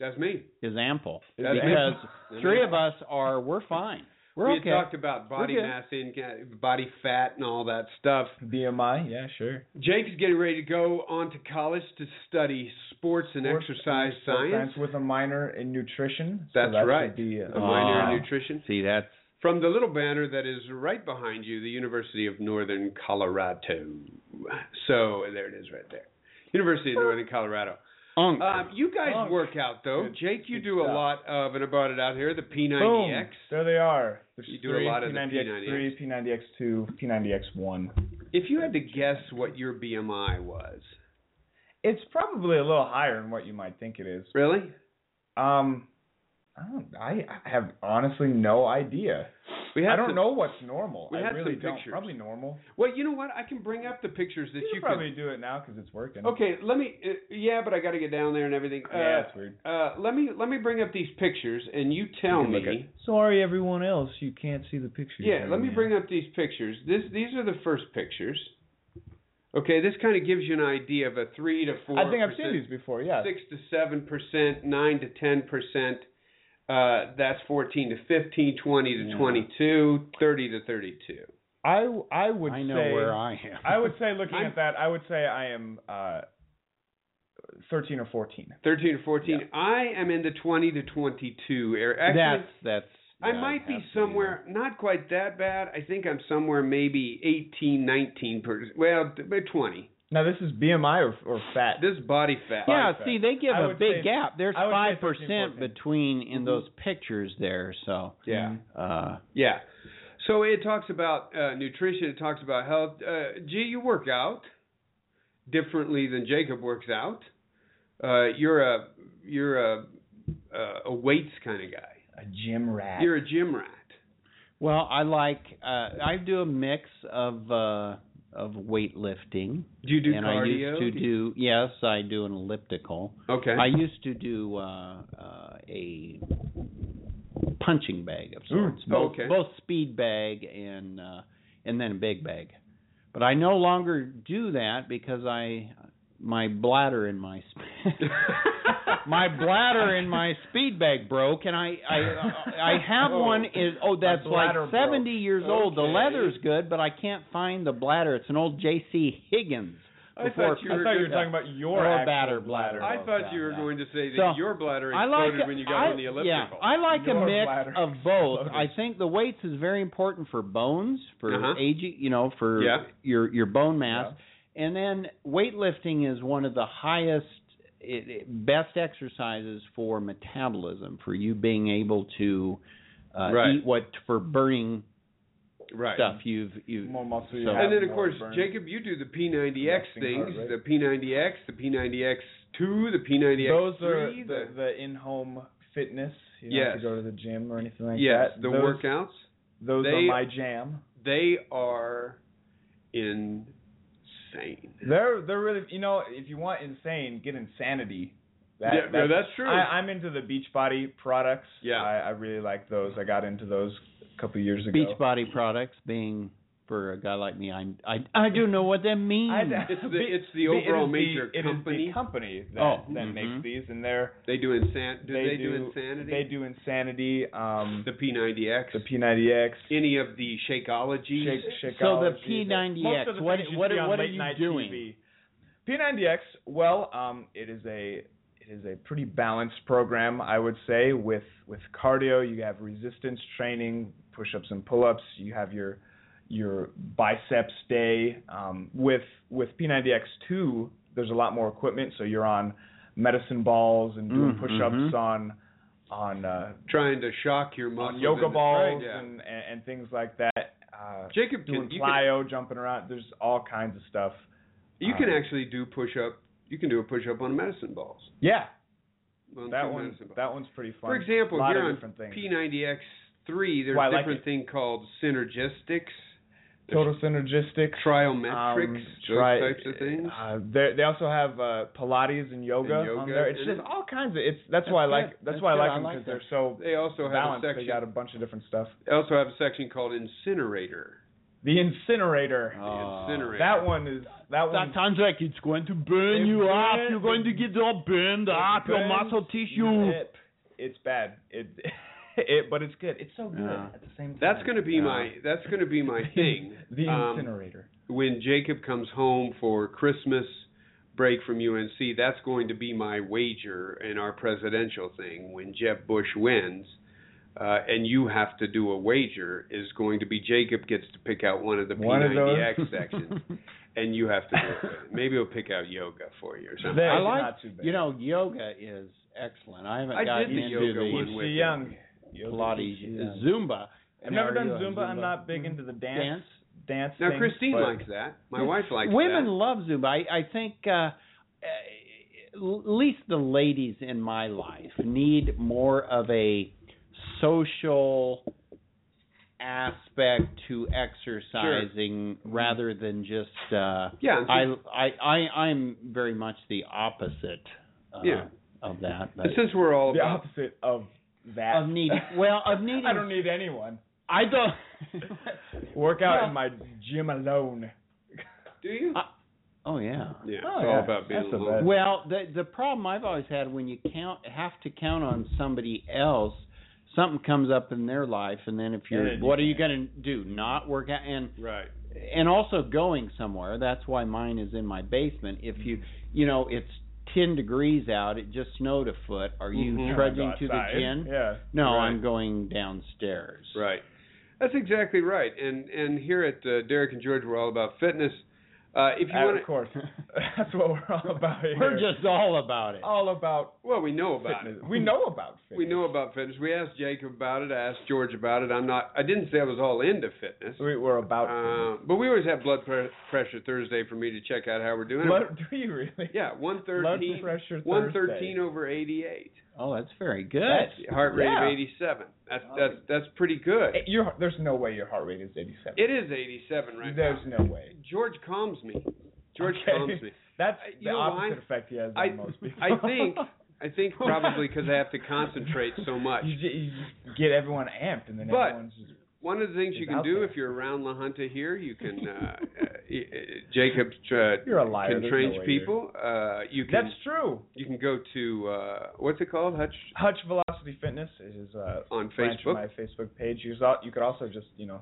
[SPEAKER 2] That's me.
[SPEAKER 4] is ample
[SPEAKER 2] That's me.
[SPEAKER 4] because
[SPEAKER 2] That's
[SPEAKER 4] three
[SPEAKER 2] me.
[SPEAKER 4] of us are. We're fine. We're
[SPEAKER 2] we had
[SPEAKER 4] okay.
[SPEAKER 2] talked about body
[SPEAKER 4] We're good.
[SPEAKER 2] mass, inca- body fat, and all that stuff.
[SPEAKER 10] BMI. Yeah, sure.
[SPEAKER 2] Jake's getting ready to go on to college to study sports and
[SPEAKER 10] Sports
[SPEAKER 2] exercise
[SPEAKER 10] and exercise
[SPEAKER 2] science.
[SPEAKER 10] with a minor in nutrition. So
[SPEAKER 2] That's
[SPEAKER 10] that
[SPEAKER 2] right.
[SPEAKER 10] would be, uh,
[SPEAKER 2] A minor
[SPEAKER 4] Ah.
[SPEAKER 2] in nutrition.
[SPEAKER 4] See, that's
[SPEAKER 2] From the little banner that is right behind you, the University of Northern Colorado. So there it is right there. University of Northern Colorado.
[SPEAKER 10] Uh,
[SPEAKER 4] Unk.
[SPEAKER 2] Um, you guys
[SPEAKER 4] Oh,
[SPEAKER 10] Unk.
[SPEAKER 2] work out though.
[SPEAKER 10] Good-
[SPEAKER 2] Jake, you
[SPEAKER 10] good
[SPEAKER 2] do a
[SPEAKER 10] stuff.
[SPEAKER 2] lot of, and I brought it out here, the
[SPEAKER 10] Boom.
[SPEAKER 2] P90X.
[SPEAKER 10] There they are. There's
[SPEAKER 2] You do a
[SPEAKER 10] three,
[SPEAKER 2] lot of the
[SPEAKER 10] P90X3, P90X2, P90X1.
[SPEAKER 2] If you had to guess what your BMI was,
[SPEAKER 10] It's probably a little higher than what you might think it is.
[SPEAKER 2] really?
[SPEAKER 10] Um, I don't. I I have honestly no idea.
[SPEAKER 2] We
[SPEAKER 10] I
[SPEAKER 2] had
[SPEAKER 10] don't
[SPEAKER 2] some-
[SPEAKER 10] know what's normal.
[SPEAKER 2] we
[SPEAKER 10] I
[SPEAKER 2] had
[SPEAKER 10] really
[SPEAKER 2] some
[SPEAKER 10] don't.
[SPEAKER 2] pictures.
[SPEAKER 10] Probably normal.
[SPEAKER 2] Well, you know what? I can bring up the pictures that
[SPEAKER 10] you
[SPEAKER 2] you
[SPEAKER 10] can probably do it now because it's working.
[SPEAKER 2] could. Okay, let me. Uh, yeah, but I got to get down there and everything. Uh,
[SPEAKER 10] Yeah, that's weird.
[SPEAKER 2] Uh, let me let me bring up these pictures and you tell
[SPEAKER 10] You can
[SPEAKER 2] me.
[SPEAKER 10] look Sorry, everyone else. You can't see the pictures.
[SPEAKER 2] Yeah, let me bring up these pictures. This these are the first pictures. Okay, this kind of gives you an idea of a three to four.
[SPEAKER 10] I think I've seen
[SPEAKER 2] percent,
[SPEAKER 10] these before. Yeah.
[SPEAKER 2] Six to seven percent, nine to ten percent. Uh, that's fourteen to 15, 20 to
[SPEAKER 4] Yeah.
[SPEAKER 2] twenty-two, thirty to thirty-two.
[SPEAKER 10] I I would
[SPEAKER 4] I know
[SPEAKER 10] say
[SPEAKER 4] where I am.
[SPEAKER 10] I would say looking
[SPEAKER 2] I'm-
[SPEAKER 10] at that, I would say I am uh, thirteen or fourteen.
[SPEAKER 2] Thirteen to fourteen. I am in the twenty to twenty-two area. Actually,
[SPEAKER 4] that's that's.
[SPEAKER 2] I
[SPEAKER 4] yeah,
[SPEAKER 2] might be
[SPEAKER 4] has to
[SPEAKER 2] somewhere not quite that bad. I think I'm somewhere maybe 18, 19 percent. Well, about twenty.
[SPEAKER 10] Now this is BMI or, or fat.
[SPEAKER 2] This is body fat.
[SPEAKER 4] that. Yeah,
[SPEAKER 10] Body fat.
[SPEAKER 4] see, they give
[SPEAKER 10] I
[SPEAKER 4] a
[SPEAKER 10] would
[SPEAKER 4] big
[SPEAKER 10] say-
[SPEAKER 4] gap. There's
[SPEAKER 10] I would say Mm-hmm.
[SPEAKER 4] five
[SPEAKER 10] 13,
[SPEAKER 4] percent
[SPEAKER 10] 14.
[SPEAKER 4] between in those pictures there. So
[SPEAKER 2] Yeah.
[SPEAKER 4] uh,
[SPEAKER 2] Yeah. So it talks about uh, nutrition. It talks about health. Uh, gee, you work out differently than Jacob works out. Uh, you're a you're a a, a weights kind of guy.
[SPEAKER 10] a gym rat.
[SPEAKER 2] You're a gym rat.
[SPEAKER 4] Well, I like uh I do a mix of uh of weightlifting.
[SPEAKER 2] Do you do
[SPEAKER 4] and
[SPEAKER 2] cardio?
[SPEAKER 4] I used to do yes, I do an elliptical.
[SPEAKER 2] Okay.
[SPEAKER 4] I used to do uh uh a punching bag of sorts.
[SPEAKER 2] Mm,
[SPEAKER 4] both
[SPEAKER 2] okay.
[SPEAKER 4] both speed bag and uh and then a big bag. But I no longer do that because I my bladder in my sp- my bladder in my speed bag broke and I I I have
[SPEAKER 5] Oh.
[SPEAKER 4] one is oh that's
[SPEAKER 5] My
[SPEAKER 4] like
[SPEAKER 5] bladder
[SPEAKER 4] 70 years old. The
[SPEAKER 5] Okay.
[SPEAKER 4] leather's good, but I can't find the bladder. It's an old JC Higgins.
[SPEAKER 2] I
[SPEAKER 4] before
[SPEAKER 2] thought you were,
[SPEAKER 10] I thought you were
[SPEAKER 2] gonna-
[SPEAKER 10] talking about your
[SPEAKER 4] Or a
[SPEAKER 10] actual
[SPEAKER 4] batter bladder.
[SPEAKER 2] I thought you were going to say that
[SPEAKER 4] So,
[SPEAKER 2] your bladder
[SPEAKER 4] I like
[SPEAKER 2] exploded when you got
[SPEAKER 4] I,
[SPEAKER 2] on the elliptical.
[SPEAKER 4] Yeah, I like
[SPEAKER 10] Your
[SPEAKER 4] a mix
[SPEAKER 10] bladder
[SPEAKER 4] of both.
[SPEAKER 10] exploded.
[SPEAKER 4] I think the weights is very important for bones, for
[SPEAKER 2] Uh-huh.
[SPEAKER 4] aging, you know, for
[SPEAKER 2] Yeah.
[SPEAKER 4] your your bone mass. And then weightlifting is one of the highest it, it- best exercises for metabolism, for you being able to uh,
[SPEAKER 2] Right.
[SPEAKER 4] eat what for burning
[SPEAKER 2] right.
[SPEAKER 4] stuff you've you
[SPEAKER 10] More muscle you
[SPEAKER 4] So-
[SPEAKER 10] have,
[SPEAKER 2] And then of
[SPEAKER 10] more
[SPEAKER 2] course,
[SPEAKER 10] burn.
[SPEAKER 2] Jacob, you do the P90X
[SPEAKER 10] Resting
[SPEAKER 2] things,
[SPEAKER 10] heart rate.
[SPEAKER 2] the P90X, the P90X2, the P90X3,
[SPEAKER 10] Those are
[SPEAKER 2] the,
[SPEAKER 10] the, the in-home fitness. You don't have
[SPEAKER 2] Yes.
[SPEAKER 10] to go to the gym or anything like
[SPEAKER 2] yes,
[SPEAKER 10] that.
[SPEAKER 2] the
[SPEAKER 10] those,
[SPEAKER 2] workouts.
[SPEAKER 10] Those are
[SPEAKER 2] they-
[SPEAKER 10] my jam.
[SPEAKER 2] They are insane.
[SPEAKER 10] They're they're really you know if you want insane, get insanity. That,
[SPEAKER 2] yeah, no, that's true.
[SPEAKER 10] I, I'm into the Beachbody products.
[SPEAKER 2] Yeah.
[SPEAKER 10] I, I really like those. I got into those a couple years ago.
[SPEAKER 4] beach body products being for a guy like me, I I I don't know what that means.
[SPEAKER 10] I- I-
[SPEAKER 2] It's the-
[SPEAKER 10] Be-
[SPEAKER 2] it's the
[SPEAKER 10] Be- it
[SPEAKER 2] overall
[SPEAKER 10] is the-
[SPEAKER 2] major
[SPEAKER 10] it is the
[SPEAKER 2] company.
[SPEAKER 10] company that,
[SPEAKER 4] Oh,
[SPEAKER 10] that
[SPEAKER 4] mhm.
[SPEAKER 2] Mm-hmm.
[SPEAKER 10] makes these, and they're
[SPEAKER 2] they do insan. Do they, do,
[SPEAKER 10] do
[SPEAKER 2] insanity?
[SPEAKER 10] They do insanity. Um,
[SPEAKER 2] the P90X.
[SPEAKER 10] the P90X.
[SPEAKER 2] any of the Shakeology.
[SPEAKER 10] Shake,
[SPEAKER 4] So the
[SPEAKER 10] Shakeology,
[SPEAKER 4] P90X,
[SPEAKER 10] most of the
[SPEAKER 4] what-
[SPEAKER 10] things you
[SPEAKER 4] what-
[SPEAKER 10] see on
[SPEAKER 4] what are
[SPEAKER 10] late
[SPEAKER 4] you
[SPEAKER 10] night
[SPEAKER 4] doing?
[SPEAKER 10] TV. P90X. Well, um, it is a it is a pretty balanced program, I would say. With with cardio, you have resistance training, push-ups and pull-ups. You have your your biceps day. Um, with with P90X2, there's a lot more equipment, so you're on medicine balls and doing
[SPEAKER 4] Mm,
[SPEAKER 10] push-ups
[SPEAKER 4] mhm.
[SPEAKER 10] on on uh,
[SPEAKER 2] Trying to shock your
[SPEAKER 10] on
[SPEAKER 2] muscles.
[SPEAKER 10] yoga
[SPEAKER 2] into-
[SPEAKER 10] balls
[SPEAKER 2] yeah.
[SPEAKER 10] and, and and things like that. Uh,
[SPEAKER 2] Jacob can
[SPEAKER 10] doing
[SPEAKER 2] you can
[SPEAKER 10] plyo, jumping around. There's all kinds of stuff.
[SPEAKER 2] You can
[SPEAKER 10] Um,
[SPEAKER 2] actually do push up. You can do a push up on medicine balls.
[SPEAKER 10] Yeah,
[SPEAKER 2] On
[SPEAKER 10] that
[SPEAKER 2] two
[SPEAKER 10] one
[SPEAKER 2] medicine balls.
[SPEAKER 10] that one's pretty fun.
[SPEAKER 2] For example,
[SPEAKER 10] a lot
[SPEAKER 2] here
[SPEAKER 10] of
[SPEAKER 2] on
[SPEAKER 10] different things.
[SPEAKER 2] P90X3, there's
[SPEAKER 10] Why I
[SPEAKER 2] a
[SPEAKER 10] like
[SPEAKER 2] different
[SPEAKER 10] it.
[SPEAKER 2] thing called synergistics,
[SPEAKER 10] Total synergistic.
[SPEAKER 2] triometrics, those
[SPEAKER 10] tri-
[SPEAKER 2] types of things.
[SPEAKER 10] Uh, they they also have uh, Pilates and yoga,
[SPEAKER 2] And
[SPEAKER 10] on
[SPEAKER 2] yoga,
[SPEAKER 10] there. It's
[SPEAKER 2] and
[SPEAKER 10] just
[SPEAKER 2] it-
[SPEAKER 10] all kinds of. It's that's,
[SPEAKER 4] That's
[SPEAKER 10] why I
[SPEAKER 4] good,
[SPEAKER 10] like that's,
[SPEAKER 4] that's
[SPEAKER 10] why I
[SPEAKER 4] good,
[SPEAKER 10] like
[SPEAKER 4] I
[SPEAKER 10] them
[SPEAKER 4] like
[SPEAKER 10] because
[SPEAKER 4] that.
[SPEAKER 10] they're so
[SPEAKER 2] they also have
[SPEAKER 10] balanced.
[SPEAKER 2] a
[SPEAKER 10] They got a
[SPEAKER 2] section.
[SPEAKER 10] bunch of different stuff.
[SPEAKER 2] They also have a section called incinerator.
[SPEAKER 10] The incinerator.
[SPEAKER 2] The incinerator.
[SPEAKER 10] Uh, that one is that one.
[SPEAKER 4] Sometimes like it's going to burn
[SPEAKER 10] It
[SPEAKER 4] you up.
[SPEAKER 10] burn-
[SPEAKER 4] You're going to get all burned up. Your
[SPEAKER 10] burns
[SPEAKER 4] muscle
[SPEAKER 10] your
[SPEAKER 4] tissue.
[SPEAKER 10] hip. It's bad. It, it, but it's good. It's so good
[SPEAKER 4] Yeah.
[SPEAKER 10] at the same time.
[SPEAKER 2] That's gonna be my that's gonna be my thing.
[SPEAKER 10] the
[SPEAKER 2] Um,
[SPEAKER 10] incinerator.
[SPEAKER 2] when Jacob comes home for Christmas break from UNC, that's going to be my wager in our presidential thing. When Jeb Bush wins, uh, and you have to do a wager, is going to be Jacob gets to pick out one of the
[SPEAKER 10] One of
[SPEAKER 2] P90X sections, and you have to do it. with it. Maybe he'll pick out yoga for you or something.
[SPEAKER 10] There,
[SPEAKER 4] I
[SPEAKER 10] it's
[SPEAKER 4] like-
[SPEAKER 10] not too bad.
[SPEAKER 4] You know, yoga is excellent. I haven't
[SPEAKER 2] I
[SPEAKER 4] gotten
[SPEAKER 2] did the
[SPEAKER 4] into
[SPEAKER 2] yoga
[SPEAKER 4] the
[SPEAKER 2] one
[SPEAKER 10] He's
[SPEAKER 2] with
[SPEAKER 10] too
[SPEAKER 2] it.
[SPEAKER 10] young.
[SPEAKER 4] Pilates,
[SPEAKER 10] He's too young.
[SPEAKER 4] Zumba.
[SPEAKER 10] I've never
[SPEAKER 4] Now,
[SPEAKER 10] done
[SPEAKER 4] are you on
[SPEAKER 10] Zumba. I'm not big into the dance
[SPEAKER 4] dance.
[SPEAKER 10] dance.
[SPEAKER 2] now
[SPEAKER 10] things,
[SPEAKER 2] Christine
[SPEAKER 10] but
[SPEAKER 2] likes that. My wife likes
[SPEAKER 4] Women
[SPEAKER 2] that.
[SPEAKER 4] love Zumba. I, I think uh, uh, at least the ladies in my life need more of a social aspect to exercising rather than just uh
[SPEAKER 2] Yeah, and
[SPEAKER 4] I I I I'm very much the opposite uh,
[SPEAKER 2] Yeah.
[SPEAKER 4] of that. But
[SPEAKER 2] since, since we're all
[SPEAKER 10] the
[SPEAKER 2] about
[SPEAKER 10] opposite of that.
[SPEAKER 4] Of needing- well, of needing-
[SPEAKER 10] I don't need anyone.
[SPEAKER 4] I don't.
[SPEAKER 10] Work out
[SPEAKER 4] Well-
[SPEAKER 10] in my gym alone.
[SPEAKER 2] do you?
[SPEAKER 4] I- oh yeah.
[SPEAKER 2] yeah, it's
[SPEAKER 10] Oh,
[SPEAKER 2] all
[SPEAKER 10] yeah.
[SPEAKER 2] about being
[SPEAKER 10] That's the
[SPEAKER 2] alone.
[SPEAKER 10] best.
[SPEAKER 4] Well, the the problem I've always had when you count have to count on somebody else, something comes up in their life, and then if you're,
[SPEAKER 10] And-
[SPEAKER 4] what are you going to do? Not work out and
[SPEAKER 2] Right.
[SPEAKER 4] and also going somewhere. That's why mine is in my basement. If you you know it's ten degrees out, it just snowed a foot. Are you
[SPEAKER 2] Mhm.
[SPEAKER 4] trudging to the
[SPEAKER 10] Mm-hmm. Outside.
[SPEAKER 4] gym?
[SPEAKER 10] Yeah.
[SPEAKER 4] No,
[SPEAKER 2] Right.
[SPEAKER 4] I'm going downstairs.
[SPEAKER 2] Right. That's exactly right. And and here at uh, Derek and George, we're all about fitness. Uh, if you
[SPEAKER 10] Uh,
[SPEAKER 2] want
[SPEAKER 10] of course, that's what we're all about here.
[SPEAKER 4] We're just all about it.
[SPEAKER 10] all about
[SPEAKER 2] well, we know about
[SPEAKER 10] fitness.
[SPEAKER 2] it.
[SPEAKER 10] We know about fitness.
[SPEAKER 2] We know about fitness. We asked Jacob about it. I asked George about it. I'm not. I didn't say I was all into fitness.
[SPEAKER 10] We, we're about
[SPEAKER 2] Uh, but we always have blood pre- pressure Thursday for me to check out how we're doing.
[SPEAKER 10] blood. Do you really?
[SPEAKER 2] yeah, one
[SPEAKER 10] Blood
[SPEAKER 2] thirteen.
[SPEAKER 10] pressure.
[SPEAKER 2] One
[SPEAKER 10] Thursday.
[SPEAKER 2] thirteen over eighty eight.
[SPEAKER 4] Oh, that's very good.
[SPEAKER 2] Heart rate
[SPEAKER 10] yeah.
[SPEAKER 2] of eighty seven. That's that's that's pretty good.
[SPEAKER 10] Eh, Your, there's no way your heart rate is 87.
[SPEAKER 2] It is eighty seven right
[SPEAKER 10] there's
[SPEAKER 2] now.
[SPEAKER 10] no way.
[SPEAKER 2] George calms me. George
[SPEAKER 10] Okay.
[SPEAKER 2] calms me.
[SPEAKER 10] That's
[SPEAKER 2] I- you
[SPEAKER 10] the
[SPEAKER 2] know
[SPEAKER 10] opposite
[SPEAKER 2] why?
[SPEAKER 10] effect he has on
[SPEAKER 2] I
[SPEAKER 10] most people.
[SPEAKER 2] I think I think probably because I have to concentrate so much.
[SPEAKER 10] you, ju- you just get everyone amped, and then
[SPEAKER 2] But-
[SPEAKER 10] everyone's just
[SPEAKER 2] One of the things you
[SPEAKER 10] It's
[SPEAKER 2] can
[SPEAKER 10] out
[SPEAKER 2] do
[SPEAKER 10] there.
[SPEAKER 2] if you're around La Junta here, you can uh, uh, y- uh, Jacob uh,
[SPEAKER 10] you're a liar.
[SPEAKER 2] can
[SPEAKER 10] There's
[SPEAKER 2] train
[SPEAKER 10] no way you're-
[SPEAKER 2] people. Uh, you can
[SPEAKER 10] That's true.
[SPEAKER 2] you can go to uh, what's it called Hutch
[SPEAKER 10] Hutch Velocity Fitness is uh,
[SPEAKER 2] on
[SPEAKER 10] branch
[SPEAKER 2] Facebook.
[SPEAKER 10] of my Facebook page. You, saw, you could also just you know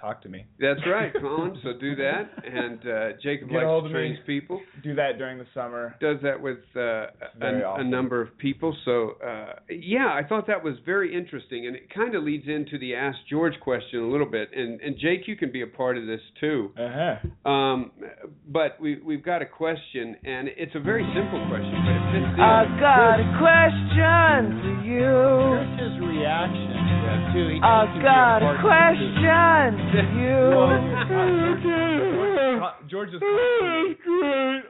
[SPEAKER 10] talk to me.
[SPEAKER 2] That's right, Colin. so do that, and uh, Jacob
[SPEAKER 10] Get ahold
[SPEAKER 2] likes to
[SPEAKER 10] of me.
[SPEAKER 2] train people.
[SPEAKER 10] Do that during the summer.
[SPEAKER 2] Does that with uh, a-
[SPEAKER 10] very
[SPEAKER 2] a, a
[SPEAKER 10] often.
[SPEAKER 2] number of people. So uh, yeah, I thought that was very interesting, and it kind of leads into the Ask George question a little bit. And and Jake, you can be a part of this too.
[SPEAKER 10] Uh huh.
[SPEAKER 2] Um, but we, we've got a question, and it's a very simple question, but it fits in.
[SPEAKER 11] got a question for you.
[SPEAKER 4] Here's his reaction to
[SPEAKER 11] I
[SPEAKER 4] to
[SPEAKER 11] got
[SPEAKER 4] your
[SPEAKER 11] a
[SPEAKER 4] part-
[SPEAKER 11] question for you.
[SPEAKER 10] George, George is calm. It- it's true.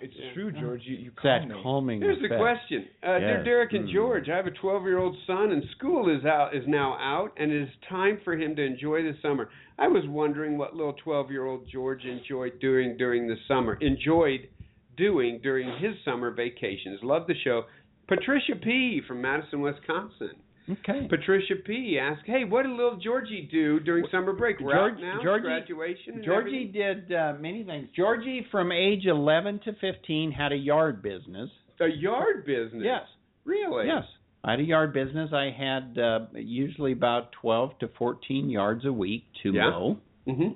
[SPEAKER 10] It's
[SPEAKER 2] Yeah.
[SPEAKER 10] true, George. You, you
[SPEAKER 4] It's that
[SPEAKER 10] calm me.
[SPEAKER 4] calming
[SPEAKER 2] Here's the
[SPEAKER 4] effect.
[SPEAKER 2] question. Uh, Dear
[SPEAKER 4] Yes.
[SPEAKER 2] Derek and
[SPEAKER 4] Hmm.
[SPEAKER 2] George, I have a 12 year old son, and school is out is now out, and it is time for him to enjoy the summer. I was wondering what little 12 year old George enjoyed doing during the summer, enjoyed doing during his summer vacations. Love the show. Patricia P. from Madison, Wisconsin.
[SPEAKER 4] Okay.
[SPEAKER 2] Patricia P. asked, "Hey, what did little Georgie do during summer break? We're out
[SPEAKER 4] George-
[SPEAKER 2] now,
[SPEAKER 4] Georgie-
[SPEAKER 2] graduation, and
[SPEAKER 4] Georgie
[SPEAKER 2] everything."
[SPEAKER 4] did uh, many things. Georgie, from age 11 to 15, had a yard business.
[SPEAKER 2] a yard business.
[SPEAKER 4] Yes.
[SPEAKER 2] really.
[SPEAKER 4] Yes. I had a yard business. I had uh, usually about 12 to 14 yards a week to
[SPEAKER 2] Yeah.
[SPEAKER 4] mow.
[SPEAKER 2] hmm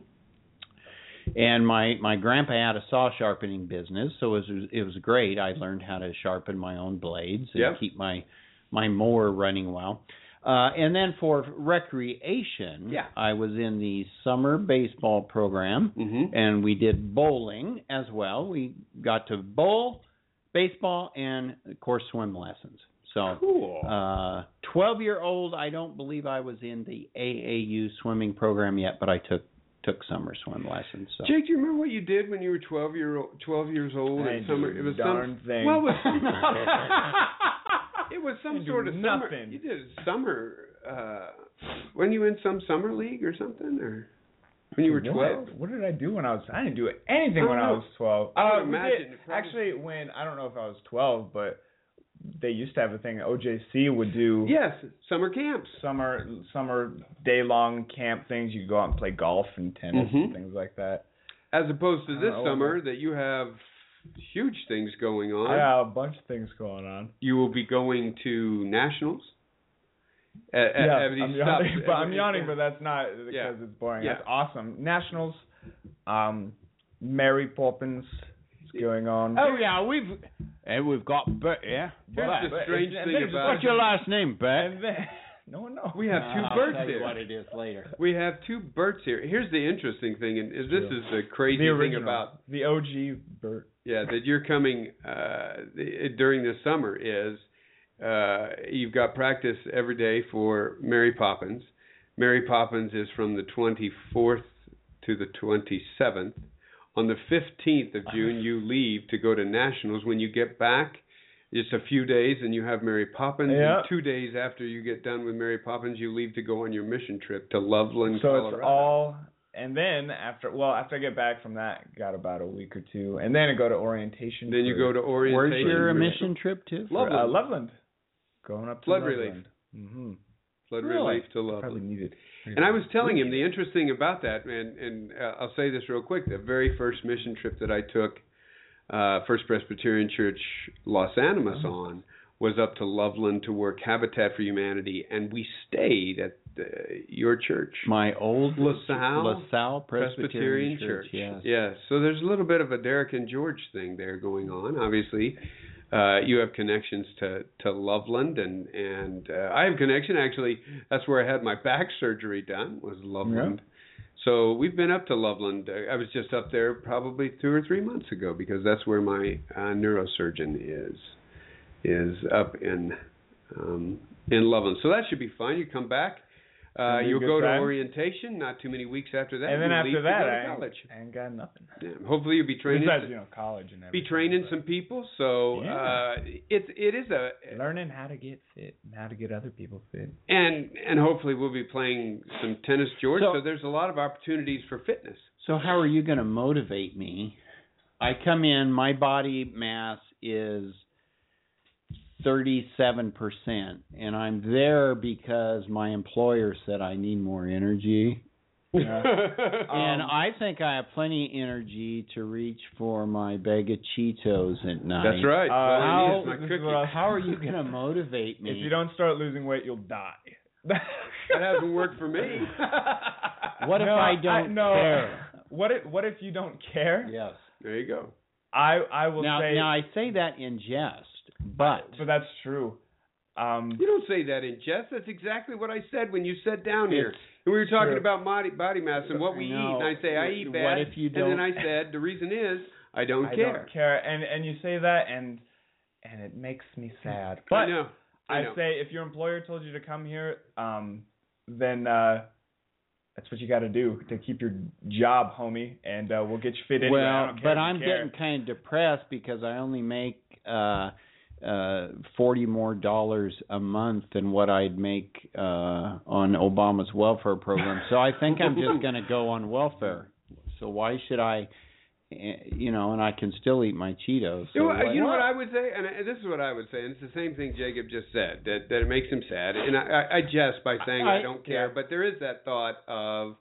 [SPEAKER 4] And my my grandpa had a saw sharpening business, so it was it was great. I learned how to sharpen my own blades and
[SPEAKER 2] Yep.
[SPEAKER 4] keep my my mower running well. Uh, and then for recreation,
[SPEAKER 2] Yeah.
[SPEAKER 4] I was in the summer baseball program,
[SPEAKER 2] hmm
[SPEAKER 4] and we did bowling as well. We got to bowl, baseball, and of course swim lessons. So
[SPEAKER 2] Cool.
[SPEAKER 4] uh, 12 year old, I don't believe I was in the AAU swimming program yet, but I took took summer swim lessons. So.
[SPEAKER 2] Jake, do you remember what you did when you were 12 year old, 12 years old?
[SPEAKER 10] I
[SPEAKER 2] in summer,
[SPEAKER 10] do
[SPEAKER 2] it was
[SPEAKER 10] darn
[SPEAKER 2] some,
[SPEAKER 10] thing.
[SPEAKER 2] Well, it was some, it was
[SPEAKER 10] You
[SPEAKER 2] some
[SPEAKER 10] do
[SPEAKER 2] sort of summer.
[SPEAKER 10] nothing.
[SPEAKER 2] You did summer. Uh, when you in some summer league or something, or when you were 12.
[SPEAKER 10] What, what did I do when I was? I didn't do anything
[SPEAKER 2] I
[SPEAKER 10] when
[SPEAKER 2] don't
[SPEAKER 10] I
[SPEAKER 2] know.
[SPEAKER 10] was twelve.
[SPEAKER 2] I would
[SPEAKER 10] Uh, we
[SPEAKER 2] imagine
[SPEAKER 10] did-
[SPEAKER 2] it probably-
[SPEAKER 10] actually, when I don't know if I was twelve, but they used to have a thing. OJC would do
[SPEAKER 2] Yes, summer camps.
[SPEAKER 10] summer summer day long camp things. You could go out and play golf and tennis
[SPEAKER 2] Mhm.
[SPEAKER 10] and things like that.
[SPEAKER 2] As opposed to
[SPEAKER 10] I
[SPEAKER 2] this
[SPEAKER 10] don't know.
[SPEAKER 2] summer that you have huge things going on.
[SPEAKER 10] I had a bunch of things going on.
[SPEAKER 2] you will be going to nationals. At, at,
[SPEAKER 10] yeah,
[SPEAKER 2] at these
[SPEAKER 10] I'm
[SPEAKER 2] stops.
[SPEAKER 10] yawning, but I'm yawning, but that's not because
[SPEAKER 2] Yeah.
[SPEAKER 10] it's boring.
[SPEAKER 2] Yeah.
[SPEAKER 10] That's awesome. Nationals, um, Mary Poppins is going on.
[SPEAKER 5] Oh yeah, we've hey, we've got Bert. Yeah,
[SPEAKER 2] Here's
[SPEAKER 5] Bert.
[SPEAKER 2] the strange
[SPEAKER 10] and
[SPEAKER 2] thing
[SPEAKER 10] there's-
[SPEAKER 2] about
[SPEAKER 5] What's your last name, Bert?
[SPEAKER 10] And then no one knows.
[SPEAKER 2] we have two
[SPEAKER 4] I'll
[SPEAKER 2] birds
[SPEAKER 4] tell you
[SPEAKER 2] here.
[SPEAKER 4] what it is later.
[SPEAKER 2] We have two birds here. Here's the interesting thing, and this is the crazy
[SPEAKER 10] the
[SPEAKER 2] thing
[SPEAKER 10] original,
[SPEAKER 2] about
[SPEAKER 10] the OG Bert.
[SPEAKER 2] yeah that you're coming uh, the- during the summer is uh, you've got practice every day for Mary Poppins. Mary Poppins is from the 24th to the 27th. On the 15th of June, you leave to go to nationals. When you get back, it's a few days, and you have Mary Poppins. And
[SPEAKER 10] Yeah.
[SPEAKER 2] two days after you get done with Mary Poppins, you leave to go on your mission trip to Loveland,
[SPEAKER 10] so
[SPEAKER 2] Colorado.
[SPEAKER 10] it's all, and then after, well, after I get back from that, got about a week or two, and then I go to orientation.
[SPEAKER 2] Then you
[SPEAKER 10] for-
[SPEAKER 2] go to orientation.
[SPEAKER 4] Where's your mission trip to?
[SPEAKER 10] for,
[SPEAKER 2] Loveland.
[SPEAKER 10] uh, Loveland, going up to
[SPEAKER 2] Flood
[SPEAKER 10] Loveland.
[SPEAKER 2] relief.
[SPEAKER 10] hmm
[SPEAKER 2] Flood
[SPEAKER 10] Really?
[SPEAKER 2] relief to Loveland.
[SPEAKER 10] Probably needed.
[SPEAKER 2] And I was telling him the interesting about that, and and uh, I'll say this real quick: the very first mission trip that I took, uh, First Presbyterian Church Los Animas on, was up to Loveland to work Habitat for Humanity, and we stayed at uh, your church,
[SPEAKER 4] My old
[SPEAKER 2] LaSalle
[SPEAKER 4] LaSalle Presbyterian, Yes.
[SPEAKER 2] Yeah. So there's a little bit of a Derek and George thing there going on. Obviously, uh, you have connections to to Loveland, and and uh, I have connection actually. That's where I had my back surgery done was Loveland. So we've been up to Loveland. I was just up there probably two or three months ago because that's where my uh, neurosurgeon is is up in um, in Loveland. So that should be fun. You come back. Uh,
[SPEAKER 10] It'll be a
[SPEAKER 2] you'll
[SPEAKER 10] good
[SPEAKER 2] go to
[SPEAKER 10] time.
[SPEAKER 2] orientation. Not too many weeks after that.
[SPEAKER 10] and then
[SPEAKER 2] you
[SPEAKER 10] after
[SPEAKER 2] leave to
[SPEAKER 10] that,
[SPEAKER 2] go to
[SPEAKER 10] I,
[SPEAKER 2] college.
[SPEAKER 10] ain't- I ain't got nothing.
[SPEAKER 2] Yeah. Hopefully, you'll be training.
[SPEAKER 10] Besides, you know, college and
[SPEAKER 2] be
[SPEAKER 10] everything.
[SPEAKER 2] training some people. So
[SPEAKER 10] Yeah.
[SPEAKER 2] uh, it it is a
[SPEAKER 10] Learning how to get fit and how to get other people fit.
[SPEAKER 2] and and hopefully we'll be playing some tennis, George. So, there's a lot of opportunities for fitness.
[SPEAKER 4] So how are you going to motivate me? I come in, my body mass is 37%, and I'm there because my employer said I need more energy. and
[SPEAKER 2] Um,
[SPEAKER 4] I think I have plenty of energy to reach for my bag of Cheetos at night.
[SPEAKER 2] That's right.
[SPEAKER 4] how,
[SPEAKER 2] That's my
[SPEAKER 10] Uh, this is
[SPEAKER 2] cookie.
[SPEAKER 10] what I-
[SPEAKER 4] how are you going to motivate me?
[SPEAKER 10] If you don't start losing weight, you'll die.
[SPEAKER 2] that hasn't worked for me.
[SPEAKER 4] What if
[SPEAKER 10] No,
[SPEAKER 4] I don't
[SPEAKER 10] no.
[SPEAKER 4] care?
[SPEAKER 10] What if What if you don't care?
[SPEAKER 4] Yes.
[SPEAKER 2] There you go.
[SPEAKER 10] I I will
[SPEAKER 4] Now,
[SPEAKER 10] say.
[SPEAKER 4] now I say that in jest, but
[SPEAKER 10] but that's true. Um,
[SPEAKER 2] You don't say that in jest. That's exactly what I said when you sat down here. And we were talking
[SPEAKER 10] true.
[SPEAKER 2] about body, body mass and what we
[SPEAKER 4] No.
[SPEAKER 2] eat. And I say, I
[SPEAKER 4] What
[SPEAKER 2] eat bad.
[SPEAKER 4] if you
[SPEAKER 2] And then
[SPEAKER 4] don't-
[SPEAKER 2] I said, the reason is, I don't
[SPEAKER 10] I
[SPEAKER 2] care.
[SPEAKER 10] don't care, and and you say that, and and it makes me sad. But
[SPEAKER 2] I know. I,
[SPEAKER 10] I,
[SPEAKER 2] know.
[SPEAKER 10] say if your employer told you to come here, um, then uh, that's what you got to do to keep your job, homie, and uh, we'll get you fit in.
[SPEAKER 4] well,
[SPEAKER 10] I don't care if
[SPEAKER 4] but
[SPEAKER 10] you
[SPEAKER 4] I'm
[SPEAKER 10] care.
[SPEAKER 4] getting kind of depressed because I only make uh uh forty more dollars a month than what I'd make uh on Obama's welfare program. So I think I'm just going to go on welfare. So why should I eh, you know, and I can still eat my Cheetos. so
[SPEAKER 2] You know,
[SPEAKER 4] what-
[SPEAKER 2] you know what I would say, and I- this is what I would say, and it's the same thing Jacob just said that that it makes him sad, and I, I, I jest by saying I,
[SPEAKER 4] I-
[SPEAKER 2] don't care, but there is that thought of